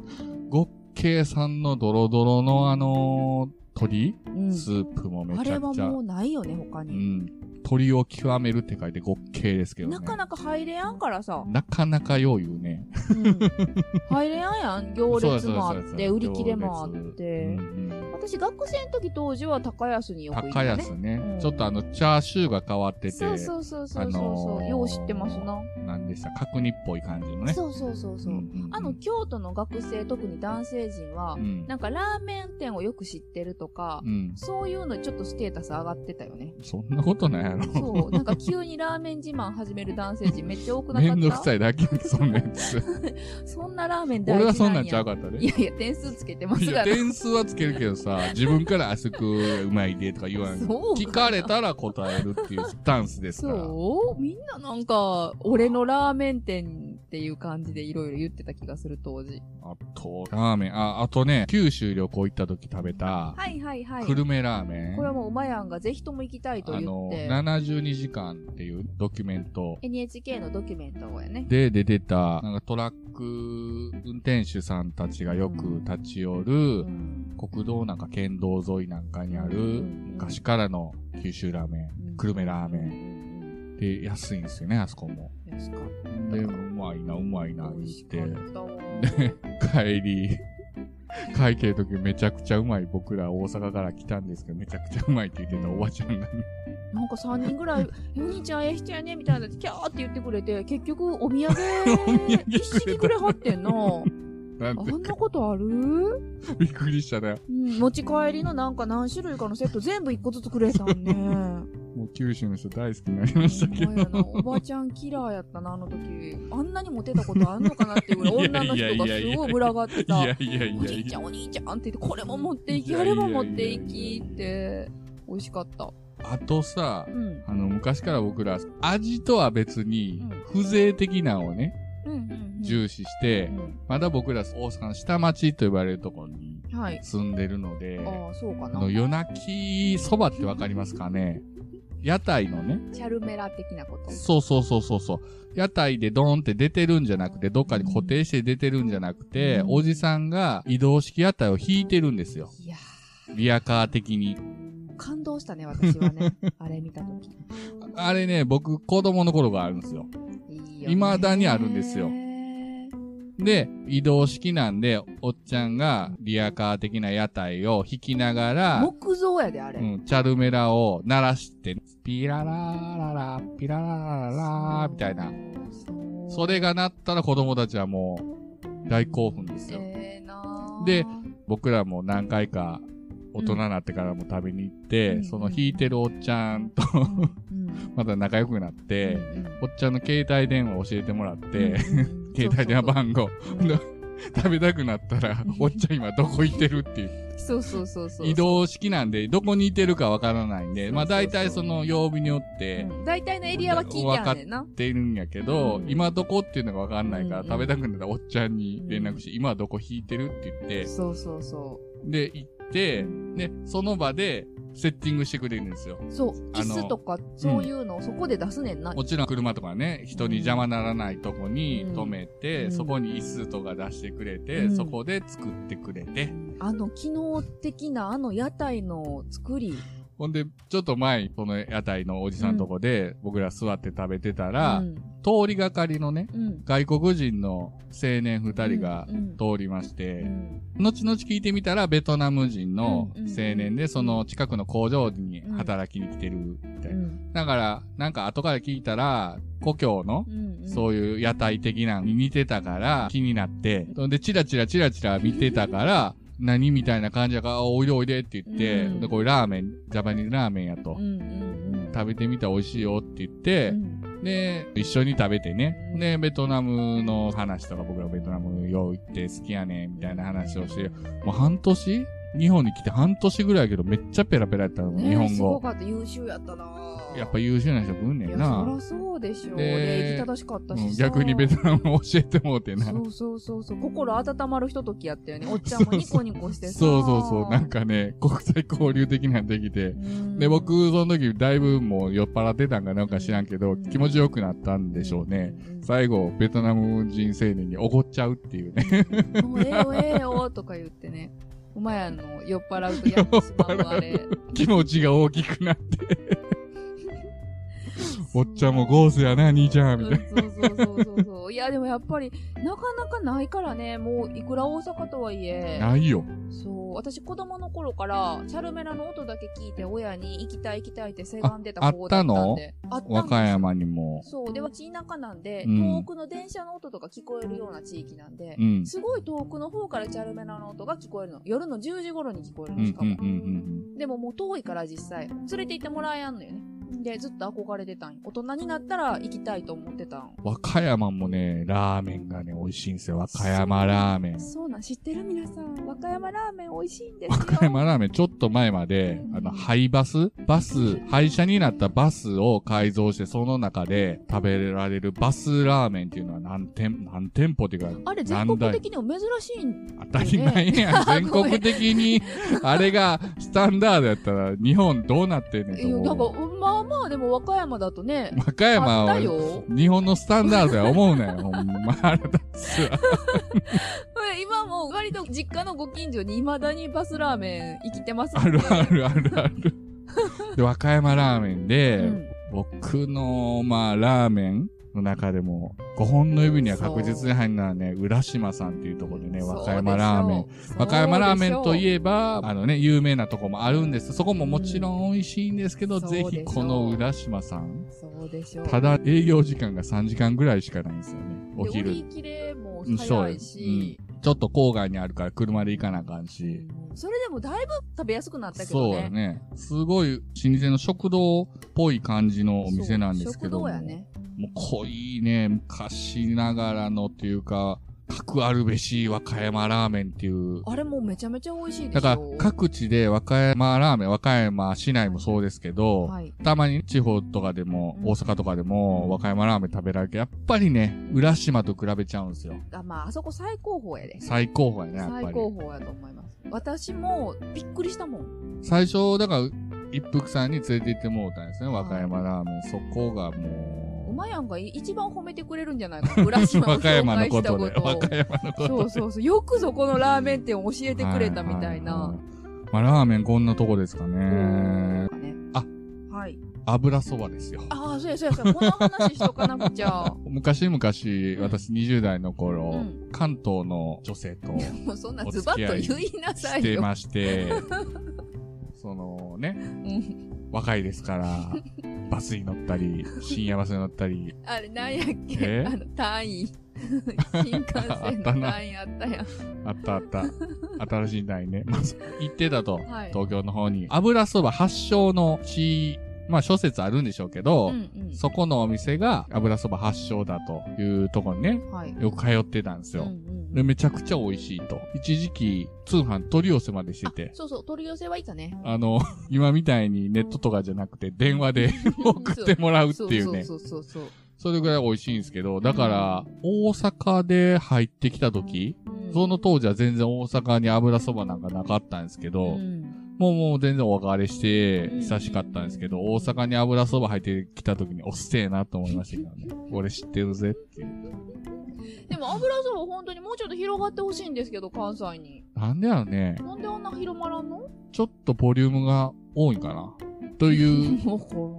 Speaker 1: ゴッケイさんのドロドロのあのー鳥、
Speaker 2: うん。
Speaker 1: スープもめ
Speaker 2: あ
Speaker 1: ち
Speaker 2: れ
Speaker 1: ゃ
Speaker 2: は
Speaker 1: くちゃ。
Speaker 2: もうないよね、他
Speaker 1: う
Speaker 2: に。
Speaker 1: ん。鳥を極めるって書いてゴッケイですけどね。
Speaker 2: なかなか入れやんか らさ。
Speaker 1: なかなかよう言うね。
Speaker 2: うん入れやんやん。行
Speaker 1: そう
Speaker 2: 列
Speaker 1: そう
Speaker 2: もあ
Speaker 1: そう
Speaker 2: っ
Speaker 1: そう
Speaker 2: て、売り切れもあっ
Speaker 1: う
Speaker 2: て
Speaker 1: んう。ん
Speaker 2: 私、学生の時当時は高安によく行った
Speaker 1: 高
Speaker 2: ね。
Speaker 1: 安ね、
Speaker 2: うん
Speaker 1: ちょっとあの、チャーシューが変わってて、
Speaker 2: そうそうそうそうそうそ
Speaker 1: あ
Speaker 2: う、
Speaker 1: のー
Speaker 2: よう知ってますな。
Speaker 1: なんでした角煮っぽい感じのね。
Speaker 2: そうそうそうそう。
Speaker 1: んんん
Speaker 2: あの、京都の学生、特に男性陣は、
Speaker 1: うん
Speaker 2: なんかラーメン店をよく知ってるとか、
Speaker 1: うん。
Speaker 2: そういうのちょっとステータス上がってたよね。
Speaker 1: そんなことないやろ。
Speaker 2: そう、なんか急にラーメン自慢始める男性陣めっちゃ多くな
Speaker 1: め
Speaker 2: か
Speaker 1: んどく
Speaker 2: っ
Speaker 1: さいだけやん そんなやつ。
Speaker 2: たそんなラーメン大
Speaker 1: 俺は
Speaker 2: 事
Speaker 1: そ
Speaker 2: なんん
Speaker 1: な
Speaker 2: や
Speaker 1: んちゃうかったで
Speaker 2: い。やいや、点数つけてます
Speaker 1: いや、
Speaker 2: がな。
Speaker 1: 点数はつけるけどさ、自分からあそこうまいでとか言わない。
Speaker 2: そう
Speaker 1: 聞かれたら答えるっていうスタンスですから。
Speaker 2: そうみんななんか、俺のラーメン店っていう感じでいろいろ言ってた気がする当時。
Speaker 1: あと、ラーメン。あ、あとね、九州旅行行った時食べた、
Speaker 2: はいはいはい。
Speaker 1: 久留米ラーメン。
Speaker 2: これはもううまやんがぜひとも行きたいと
Speaker 1: あ
Speaker 2: 言
Speaker 1: の、
Speaker 2: って、
Speaker 1: 72時間っていうドキュメント
Speaker 2: NHK のドキュメントやね。
Speaker 1: で出てた、なんかトラック運転手さんたちがよく立ち寄る、
Speaker 2: うん
Speaker 1: 国道なんか県道沿いなんかにある、
Speaker 2: うん
Speaker 1: 昔からの九州ラーメン、久留米ラーメン。
Speaker 2: ン。
Speaker 1: で、安いんですよね、あそこも。
Speaker 2: 安かった
Speaker 1: で、うまいな、うまいな、
Speaker 2: 美味しか
Speaker 1: 言って。
Speaker 2: ったわ
Speaker 1: 帰り、会計の時めちゃくちゃうまい。僕ら大阪から来たんですけど、めちゃくちゃうまいって言ってたおばちゃんが、
Speaker 2: なんか3人ぐ らい「お兄ちゃんええ人やね」みたいなのでキャーって言ってくれて結局 お土産
Speaker 1: 産
Speaker 2: 一式くれはってんなあ
Speaker 1: なんて
Speaker 2: んなことある、うん、
Speaker 1: びっくりしたね。
Speaker 2: 持ち帰りのなんか何種類かのセット全部1個ずつくれ たんね
Speaker 1: もう九州の人大好きになりましたけ
Speaker 2: ほんまやな
Speaker 1: ど。
Speaker 2: おばちゃんキラーやったなあの時あんなにモテたことあんのかなっていうぐらい女の人がすごい群がっ て
Speaker 1: い
Speaker 2: た
Speaker 1: やいやい
Speaker 2: お
Speaker 1: や
Speaker 2: じい
Speaker 1: い
Speaker 2: ち
Speaker 1: や。
Speaker 2: ゃんお兄ちゃんって言ってこれも持ってい
Speaker 1: い
Speaker 2: き
Speaker 1: や
Speaker 2: あ
Speaker 1: いや
Speaker 2: れ
Speaker 1: いや
Speaker 2: も
Speaker 1: いや
Speaker 2: 持っていきって美味しかった
Speaker 1: あとさ
Speaker 2: う、ん
Speaker 1: あの、昔から僕ら、味とは別に、風情的なのをね、
Speaker 2: うんうんうん
Speaker 1: 重視して、まだ僕ら大阪の下町と呼ばれるところに
Speaker 2: うんはい
Speaker 1: 住んでるので、
Speaker 2: ああそうか
Speaker 1: あ
Speaker 2: な
Speaker 1: の、夜泣きそばってわかりますかね屋台のね、
Speaker 2: チャルメラ的なこと
Speaker 1: そうそうそうそうそう。屋台でドーンって出てるんじゃなくて、どっかに固定して出てるんじゃなくて、
Speaker 2: うん
Speaker 1: おじさんが移動式屋台を引いてるんですよ。
Speaker 2: いや
Speaker 1: リアカー的に。
Speaker 2: ー感動したね私 はねあれ見た時
Speaker 1: あれね、僕、子供の頃があるんですよ。
Speaker 2: いいよね
Speaker 1: 未だにあるんですよで、移動式なんで、おっちゃんがリアカー的な屋台を引きながら、
Speaker 2: 木造やであれ
Speaker 1: うん、チャルメラを鳴らして、ピララーララ、ピラララララーみたいな。
Speaker 2: そう
Speaker 1: それが鳴ったら子供たちはもう大興奮ですよ。
Speaker 2: ええなー
Speaker 1: で僕らも何回か大人になってからも食べに行って、
Speaker 2: うん
Speaker 1: その弾いてるおっちゃんと
Speaker 2: うん
Speaker 1: また仲良くなって、おっちゃんの携帯電話教えてもらって、 携帯電話番号。食べたくなったら
Speaker 2: うん、
Speaker 1: おっちゃん今どこ行ってるっていう。
Speaker 2: そうそうそうそう
Speaker 1: 移動式なんで、どこにいてるかわからないん
Speaker 2: そうそう
Speaker 1: で、
Speaker 2: そう
Speaker 1: まあ大体その曜日によって、
Speaker 2: うん大体のエリアは聞いてあんねんな
Speaker 1: ってるんやけど、
Speaker 2: うん
Speaker 1: 今どこっていうのがわかんないから、
Speaker 2: うん
Speaker 1: 食べたくなったらおっちゃんに連絡して、今どこ引いてるって言って、
Speaker 2: そうそうそ
Speaker 1: で、行って、ね、その場でセッティングしてくれるんですよ。
Speaker 2: うそう
Speaker 1: あ
Speaker 2: キ
Speaker 1: の
Speaker 2: スとかそういうのをそこで出すねんな
Speaker 1: もちろん車とかね、人に邪魔ならないとこに
Speaker 2: うん
Speaker 1: 止めて、
Speaker 2: うん
Speaker 1: そこに椅子とか出してくれて、
Speaker 2: うん
Speaker 1: そこで作ってくれて。
Speaker 2: あの機能的なあの屋台の作り
Speaker 1: ほんで、ちょっと前、この屋台のおじさんのとこで、僕ら座って食べてたら、
Speaker 2: うん
Speaker 1: 通りがかりのね、
Speaker 2: うん
Speaker 1: 外国人の青年二人が
Speaker 2: うんうん
Speaker 1: 通りまし
Speaker 2: う
Speaker 1: て、
Speaker 2: ん
Speaker 1: 後々聞いてみたら、ベトナム人の青
Speaker 2: うんうん
Speaker 1: 年で、その近くの工場に働きに来てるみたいな。
Speaker 2: うん
Speaker 1: だから、なんか後から聞いたら、故郷の
Speaker 2: う、んうん
Speaker 1: そういう屋台的なのに似てたから、気になって、そんで、チラチラチラチラ見てたから、何みたいな感じやから、あおいでおいでって言って、
Speaker 2: うん
Speaker 1: で、これラーメン、ジャパニーズラーメンやと
Speaker 2: う。んうんうん
Speaker 1: 食べてみたら美味しいよって言って
Speaker 2: う、ん
Speaker 1: で、一緒に食べてね
Speaker 2: う。ん
Speaker 1: で、ベトナムの話とか、僕らベトナムよう行って好きやねん、みたいな話をして、もう半年日本に来て半年ぐらいやけど、めっちゃペラペラやったの、
Speaker 2: ね
Speaker 1: 日
Speaker 2: え
Speaker 1: 本
Speaker 2: すご
Speaker 1: 語。
Speaker 2: かった優秀やったな
Speaker 1: やっぱ優秀な人来んね
Speaker 2: い
Speaker 1: ん
Speaker 2: や
Speaker 1: な。
Speaker 2: そらそうでしょう
Speaker 1: で
Speaker 2: 礼儀正しかった
Speaker 1: う
Speaker 2: し
Speaker 1: ん
Speaker 2: さ
Speaker 1: 逆にベトナム教えてもうてな。そ
Speaker 2: そううそうそうそう心温まるひとときやったよねおっちゃんもニコニコしてさ
Speaker 1: そうそう、なんかね、国際交流的なんできて。で、僕、その時、だいぶもう酔っ払ってたんかなんか知らんけ
Speaker 2: う
Speaker 1: ど、
Speaker 2: ん
Speaker 1: 気持ちよくなったんでしょうね。最後、ベトナム人青年に怒っちゃうっていうね。
Speaker 2: 後もうええよええよとか言ってねお前あの酔っ払うとやってしまうあれ
Speaker 1: 気持ちが大きくなって。 おっちゃんもゴースやな、兄ちゃん、みたいな。
Speaker 2: そうそうそうそうそういやでもやっぱりなかなかないからねもういくら大阪とはいえ
Speaker 1: ないよ。
Speaker 2: そう私子供の頃からチャルメラの音だけ聞いて親に行きたい行きたいってせがんでた方だったんであっんですよ
Speaker 1: 和歌山にも。
Speaker 2: そうでうち田舎なんで、
Speaker 1: うん
Speaker 2: 遠くの電車の音とか聞こえるような地域なんで
Speaker 1: う、ん。
Speaker 2: すごい遠くの方からチャルメラの音が聞こえるの夜の10時頃に聞こえる
Speaker 1: うん、う
Speaker 2: の
Speaker 1: ん
Speaker 2: し、か
Speaker 1: うん、う
Speaker 2: も、
Speaker 1: ん
Speaker 2: でももう遠いから実際連れて行ってもらえやんのよねでずっと憧れてたんよ大人になったら行きたいと思ってたん
Speaker 1: うん。和歌山もね、ラーメンがね、美味しいんですよ。和歌山ラーメン。
Speaker 2: そうなん知ってる皆さん和歌山ラーメン美味しいんですよ
Speaker 1: 和歌山ラーメンちょっと前まで、あの、廃バスバス、廃車になったバスを改造して、その中で食べられるバスラーメンっていうのは何店、何店舗っていうか、
Speaker 2: あれ全国的にも珍しいん
Speaker 1: 当たり前やん。全国的 に、あれがスタンダードやったら、日本どうなってんねんと
Speaker 2: いやなん
Speaker 1: 思
Speaker 2: かまあまあでも和歌山だとね
Speaker 1: う。和歌山
Speaker 2: あった
Speaker 1: は、
Speaker 2: よ
Speaker 1: 日本のスタンダードや思うなよ。ほんま、あれだっすわ
Speaker 2: え今も割と実家のご近所に未だにバスラーメン生きてますん
Speaker 1: あ
Speaker 2: で
Speaker 1: るあるあるある。で、和歌山ラーメンで、
Speaker 2: うん
Speaker 1: 僕の、まあ、ラーメンの中でも、5本の指には確実に入るのはね、浦島さんっていうところでね、和歌山ラーメン。和歌山ラーメンとい
Speaker 2: え
Speaker 1: えば、あのね、有名なとこもあるんです。そこももちろん美味しいんですけど、
Speaker 2: うん
Speaker 1: ぜ
Speaker 2: そうで
Speaker 1: ひ
Speaker 2: しょう
Speaker 1: この浦島さん。
Speaker 2: そうでしょう
Speaker 1: ただ営業時間が3時間ぐらいしかないんですよね、お
Speaker 2: で売
Speaker 1: 昼
Speaker 2: り。切れも
Speaker 1: うんそう
Speaker 2: 早
Speaker 1: で
Speaker 2: い
Speaker 1: す
Speaker 2: し、
Speaker 1: ちょっと郊外にあるから車で行かなあかんし。
Speaker 2: それでもだいぶ食べやすくなったけど
Speaker 1: そう
Speaker 2: ね
Speaker 1: やね。すごい老舗の食堂っぽい感じのお店なんですけども。
Speaker 2: そう食堂やね
Speaker 1: もう濃いね、昔ながらのっていうか、格あるべし和歌山ラーメンっていう。
Speaker 2: あれもうめちゃめちゃ美味しいでし
Speaker 1: だ
Speaker 2: ょ
Speaker 1: から各地で和歌山ラーメン、和歌山市内もそうですけど、
Speaker 2: はい
Speaker 1: たまに地方とかでも、
Speaker 2: うん
Speaker 1: 大阪とかでも、和歌山ラーメン食べられるけど、やっぱりね、浦島と比べちゃうんですよ。
Speaker 2: あまああそこ最高峰やで
Speaker 1: 最高峰やね、やっぱ
Speaker 2: 最
Speaker 1: り。
Speaker 2: 高峰やと思います私もびっくりしたもん
Speaker 1: 最初、だから、一服さんに連れて行ってもうたんですね、和歌山ラーメン。そこが
Speaker 2: お
Speaker 1: も
Speaker 2: まやんが一番褒めてくれるんじゃないかな浦
Speaker 1: う、
Speaker 2: 島を
Speaker 1: 和歌
Speaker 2: 紹
Speaker 1: 山の
Speaker 2: 介
Speaker 1: こ
Speaker 2: した
Speaker 1: と
Speaker 2: こ
Speaker 1: で、
Speaker 2: と
Speaker 1: 和歌山のことで。
Speaker 2: そうそうそうよくぞこのラーメン店を教えてくれたみたい
Speaker 1: はは
Speaker 2: な
Speaker 1: はまあ、ラーメンこんなとこですかね。あ
Speaker 2: はい
Speaker 1: 油そばですよ。
Speaker 2: ああそうやそうやそうやこの話しとかなくちゃ
Speaker 1: 昔々、私20代の頃、
Speaker 2: うん
Speaker 1: 関東の女性と
Speaker 2: もうそんなズバッと言いなさ
Speaker 1: し
Speaker 2: い
Speaker 1: て
Speaker 2: よ
Speaker 1: ま して、そのね、
Speaker 2: うん
Speaker 1: 若いですから、バスに乗ったり、深夜バスに乗ったり、
Speaker 2: あれなんやっけ
Speaker 1: え
Speaker 2: あの 単位新幹線の単位あったやん
Speaker 1: あったあった、新しい台ね、まず行ってたと、
Speaker 2: はい
Speaker 1: 東京の方に。油そば発祥の地、まあ諸説あるんでしょうけど、
Speaker 2: うん
Speaker 1: そこのお店が油そば発祥だというとこにね、
Speaker 2: うんはい
Speaker 1: よく通ってたんですよ。
Speaker 2: うんうんう
Speaker 1: で
Speaker 2: ん
Speaker 1: めちゃくちゃ美味しいと。一時期、通販取り寄せまでしてて。
Speaker 2: そうそう取り寄せはいたね
Speaker 1: あの、 今みたいにネットとかじゃなくて、電話で送ってもらうっていうね。
Speaker 2: そうそうそうそう
Speaker 1: それぐらい美味しいんですけど、だから、大阪で入ってきた時、
Speaker 2: そう
Speaker 1: その当時は全然大阪に油そばなんかなかったんですけど、
Speaker 2: うん
Speaker 1: もうもう全然お別れして
Speaker 2: うん、
Speaker 1: 久しかったんですけど、大阪に油そば入ってきた時に、おっせえなと思いましたけどね。俺知ってるぜっていう。
Speaker 2: でも油そば本当にもうちょっと広がってほしいんですけど関西に
Speaker 1: なんでやろね。
Speaker 2: なんであんな広まらんの
Speaker 1: ちょっとボリュームが多いんかな。という、
Speaker 2: わからない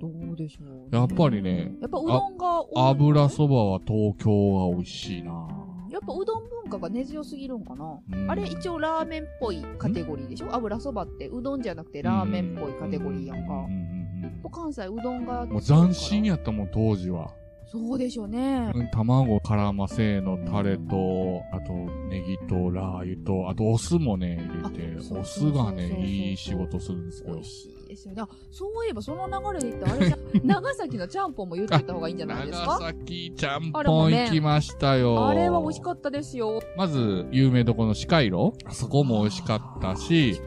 Speaker 2: どうでしょう
Speaker 1: やっぱりね
Speaker 2: やっぱうどんが多い
Speaker 1: 油そばは東京は美味しいな
Speaker 2: やっぱうどん文化が根強すぎるんかな
Speaker 1: うん
Speaker 2: あれ一応ラーメンっぽいカテゴリーでしょ油そばってうどんじゃなくてラーメンっぽいカテゴリーやんか。
Speaker 1: う
Speaker 2: や
Speaker 1: んうんうん
Speaker 2: っぱ関西うどんが。
Speaker 1: もう斬新。やったもん、当時は。
Speaker 2: そうでしょうね。
Speaker 1: うん卵絡ませのタレと、あとネギとラー油と、あとお酢もね、入れ
Speaker 2: あ
Speaker 1: て、
Speaker 2: そう
Speaker 1: お
Speaker 2: そうそうそう
Speaker 1: 酢がね、いい仕事するんです
Speaker 2: 美
Speaker 1: よ
Speaker 2: 味。しいですよね。あそういえばその流れで言ったらあれじゃ、 長崎のちゃんぽんも言ってた方がいいんじゃないです
Speaker 1: 長
Speaker 2: か
Speaker 1: 崎ちゃん
Speaker 2: あれも
Speaker 1: ぽん
Speaker 2: ね
Speaker 1: 行きましたよ。
Speaker 2: あれは美味しかったですよ。
Speaker 1: まず、有名どこのシカイロあそこも美味しかったし、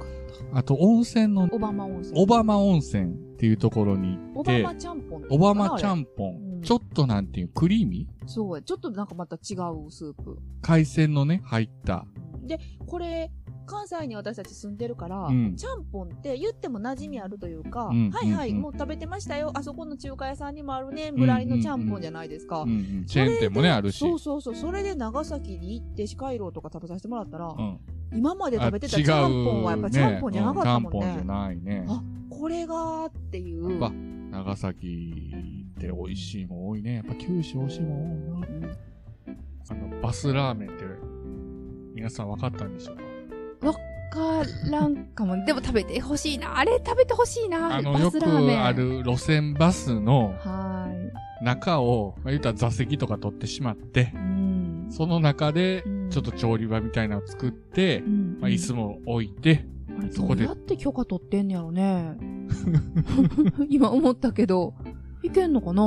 Speaker 1: あと温泉の
Speaker 2: オバマ温泉。
Speaker 1: オバマ温泉っていうところに行
Speaker 2: オ
Speaker 1: っ
Speaker 2: バ
Speaker 1: て
Speaker 2: マ、ちゃんぽん。
Speaker 1: オバマちゃ
Speaker 2: ん。
Speaker 1: んぽ
Speaker 2: うんん、
Speaker 1: ちょっとなんていう、クリーミー
Speaker 2: そうや。ちょっとなんかまた違うスープ。
Speaker 1: 海鮮のね、入った。
Speaker 2: で、これ、関西に私たち住んでるから、
Speaker 1: うん
Speaker 2: ちゃんぽんって言っても馴染みあるというか、
Speaker 1: うん
Speaker 2: はいはい、
Speaker 1: うんうん
Speaker 2: もう食べてましたよ、あそこの中華屋さんにもあるね、ぐらいのちゃんぽんじゃないですか。
Speaker 1: うんうんチェーン店もね、あるし。
Speaker 2: そうそうそう、それで長崎に行って、シカイロとか食べさせてもらったら、
Speaker 1: うん
Speaker 2: 今まで食べて
Speaker 1: あ
Speaker 2: た
Speaker 1: 違う
Speaker 2: ちゃんぽんはやっぱちゃんぽんじゃなかったもんね。
Speaker 1: うちゃんぽんじゃないね。
Speaker 2: あこれがーっていう。
Speaker 1: やっぱ、長崎って美味しいもん多いね。やっぱ九州美味しいもん多いな。
Speaker 2: うん
Speaker 1: あの、バスラーメンって、皆さん分かったんでしょうか
Speaker 2: わからんかも。でも食べてほしいな。あれ食べてほしいな。
Speaker 1: あの、
Speaker 2: バ
Speaker 1: よ
Speaker 2: ス
Speaker 1: く
Speaker 2: ラーメン
Speaker 1: あ。る路線バスの
Speaker 2: はーい。
Speaker 1: 中を、まあ、言ったら座席とか取ってしまって
Speaker 2: う、ん。
Speaker 1: その中で
Speaker 2: うん、
Speaker 1: ちょっと調理場みたいなのを作って
Speaker 2: う、ん
Speaker 1: まあ、椅子も置いて、
Speaker 2: あれ
Speaker 1: そこで
Speaker 2: どうやって許可取ってんねやろね。 今思ったけど、いけんのかな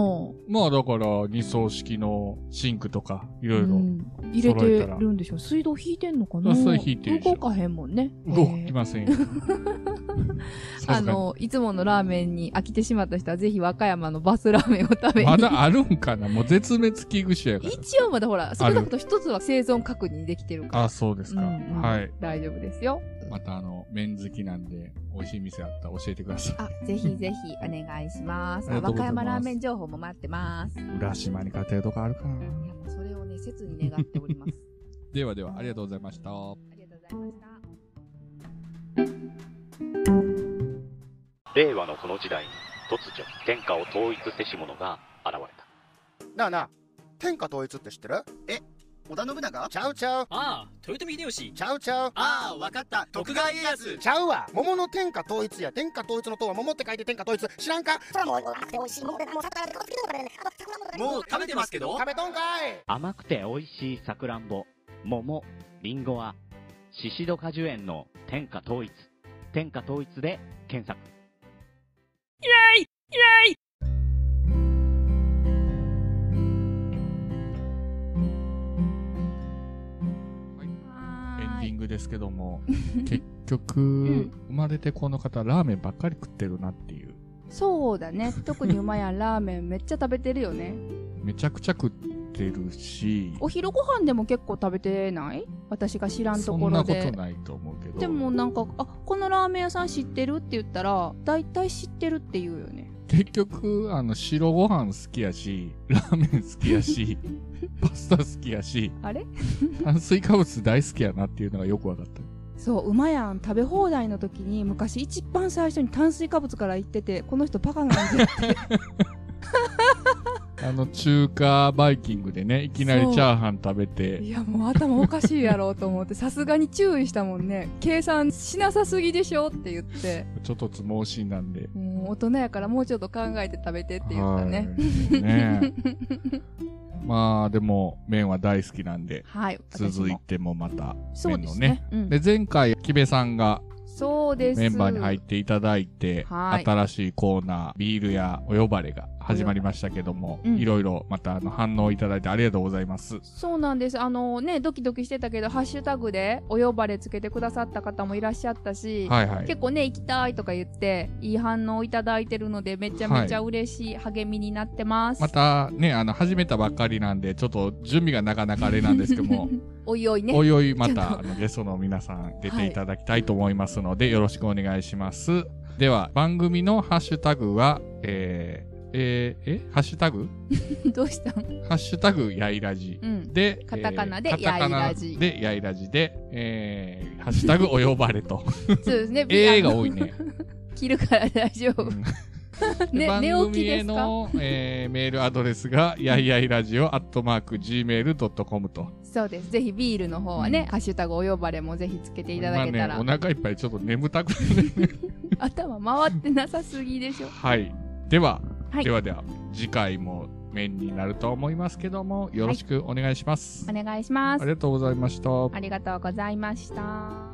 Speaker 1: まあだから、二層式のシンクとか、いろいろ
Speaker 2: うん入れてるんでしょ。水道引いてんのかな
Speaker 1: あそれ引いてるでしょ
Speaker 2: 動かへんもんね。
Speaker 1: 動
Speaker 2: え
Speaker 1: き
Speaker 2: ー
Speaker 1: ませんよ。
Speaker 2: あの、いつものラーメンに飽きてしまった人は、ぜひ和歌山のバスラーメンを食べに。
Speaker 1: まだあるんかなもう絶滅危惧種やか
Speaker 2: 一応まだほら、少なくとも一つは生存確認できてるから
Speaker 1: ら。。あ、そうですか。
Speaker 2: うんうん
Speaker 1: はい。
Speaker 2: 大丈夫ですよ。
Speaker 1: またあの、麺好きなんで、美味しい店あったら教えてくださ
Speaker 2: あ、ぜひぜひお願いします。
Speaker 1: あ
Speaker 2: あ
Speaker 1: りがとうございま
Speaker 2: 和歌
Speaker 1: す
Speaker 2: 山ラーメン情報も待ってます。い
Speaker 1: い。 浦島に勝てるとこあるかな
Speaker 2: や、もうそれをね、切に願ってお ります。
Speaker 1: ではでは、ありがとうございました。
Speaker 2: ありがとうございました。
Speaker 3: 令和のこの時代に突如天下を統一せし者が現れた
Speaker 5: なあなあ、天下統一って知ってる
Speaker 4: 織田信長
Speaker 5: ちゃうちゃう、
Speaker 6: ああ豊臣秀吉
Speaker 5: ちゃうちゃう。
Speaker 4: ああわかった徳川家康
Speaker 5: ちゃうわ桃の天下統一や天下統一の塔は桃って書いて天下統一知らんか
Speaker 7: それはもう甘くて美味しいものでもう魚でこっち来ても食べれないあと桜も食べれない
Speaker 6: もう食べてますけど
Speaker 5: 食べとんかい
Speaker 3: 甘くて美味しいさくらんぼ桃りんごはシシド果樹園の天下統一天下統一で検索
Speaker 1: エン
Speaker 8: は
Speaker 1: ディ
Speaker 8: ーい
Speaker 1: ングですけど も、結局、生まれてこの方、ラーメンばっかり食ってるなっていう。
Speaker 8: そうだね特にうまいやんラーメンめっちゃ食べてるよね
Speaker 1: めちゃくちゃ食ってるし、
Speaker 8: お昼ご飯でも結構食べてない私が知らんと
Speaker 1: そ
Speaker 8: こ
Speaker 1: ん
Speaker 8: ろ
Speaker 1: なこと
Speaker 8: で
Speaker 1: ないと思うけど。
Speaker 8: でもなんか「あこのラーメン屋さん知ってる?」って言ったら大体知ってるって言うよね
Speaker 1: 結局、あの、白ご飯好きやし、ラーメン好きや し、パスタ好きやし、
Speaker 8: あれ
Speaker 1: 炭水化物大好きやなっていうのがよくわかった。
Speaker 8: そう、うまやん食べ放題の時に昔一番最初に炭水化物から言ってて、この人バカなん で
Speaker 1: あの、中華バイキングでね、いきなりチャーハン食べて、
Speaker 8: いや、もう頭おかしいやろうと思って、さすがに注意したもんね。計算しなさすぎでしょって言って、
Speaker 1: ちょっとつ盲信なんで。
Speaker 8: もう大人やからもうちょっと考えて食べてって言ったね。
Speaker 1: はい。ね えまあ、でも、麺は大好きなんで、
Speaker 8: はい、私も
Speaker 1: 続いてもまた、
Speaker 8: そう
Speaker 1: 麺
Speaker 8: で
Speaker 1: の
Speaker 8: す
Speaker 1: ね。
Speaker 8: ね。うん
Speaker 1: で、前回、木部さんが
Speaker 8: そうです。
Speaker 1: メンバーに入っていただいて、
Speaker 8: はい
Speaker 1: 新しいコーナー、ビールやお呼ばれが始まりましたけども、
Speaker 8: うん
Speaker 1: いろいろまたあの反応いただいてありがとうございます。
Speaker 8: そうなんです。あのね、ドキドキしてたけど、ハッシュタグでお呼ばれつけてくださった方もいらっしゃったし、
Speaker 1: はいはい。
Speaker 8: 結構ね、行きたいとか言って、いい反応をいただいてるので、めちゃめちゃ
Speaker 1: は
Speaker 8: 嬉しい励みになってます。
Speaker 1: またね、あの、始めたばっかりなんで、ちょっと準備がなかなかあれなんですけども、
Speaker 8: おいおいね。
Speaker 1: おいおいま
Speaker 8: ちょ
Speaker 1: た
Speaker 8: っ
Speaker 1: あのゲストの皆さん出ていただきたいと思いますので、よろしくお願いします。では、番組のハッシュタグは、えー、えー、えハッシュタグ
Speaker 8: どうしたん
Speaker 1: ハッシュタグやいらじ。
Speaker 8: うん。
Speaker 1: で、
Speaker 8: カタカナで
Speaker 1: えーカタカナ
Speaker 8: やいらじ
Speaker 1: で、やいらじで、えー、ハッシュタグお 呼ばれと。
Speaker 8: そうで すね。
Speaker 1: えー
Speaker 8: あの
Speaker 1: が多い ね。
Speaker 8: 切るから大丈
Speaker 1: う
Speaker 8: 夫。
Speaker 1: んで
Speaker 8: ね、
Speaker 1: 番
Speaker 8: 寝起き
Speaker 1: 組
Speaker 8: で
Speaker 1: へ
Speaker 8: すか
Speaker 1: の、えーメールアドレスが、やいやいラジオアットマーク gmail.com と。
Speaker 8: そうです。ぜひビールの方はね、
Speaker 1: うん
Speaker 8: ハッシュタグお呼ばれもぜひつけていただけたら、
Speaker 1: 今ね、お腹いっぱいちょっと眠たくてね。
Speaker 8: 頭回ってなさすぎでしょ。
Speaker 1: はい。では、
Speaker 8: はい
Speaker 1: ではでは、次回も面になると思いますけども、よろしくお願いします。
Speaker 8: お願いしま
Speaker 1: あ
Speaker 8: す。
Speaker 1: りがとうございました。
Speaker 8: ありがとうございました。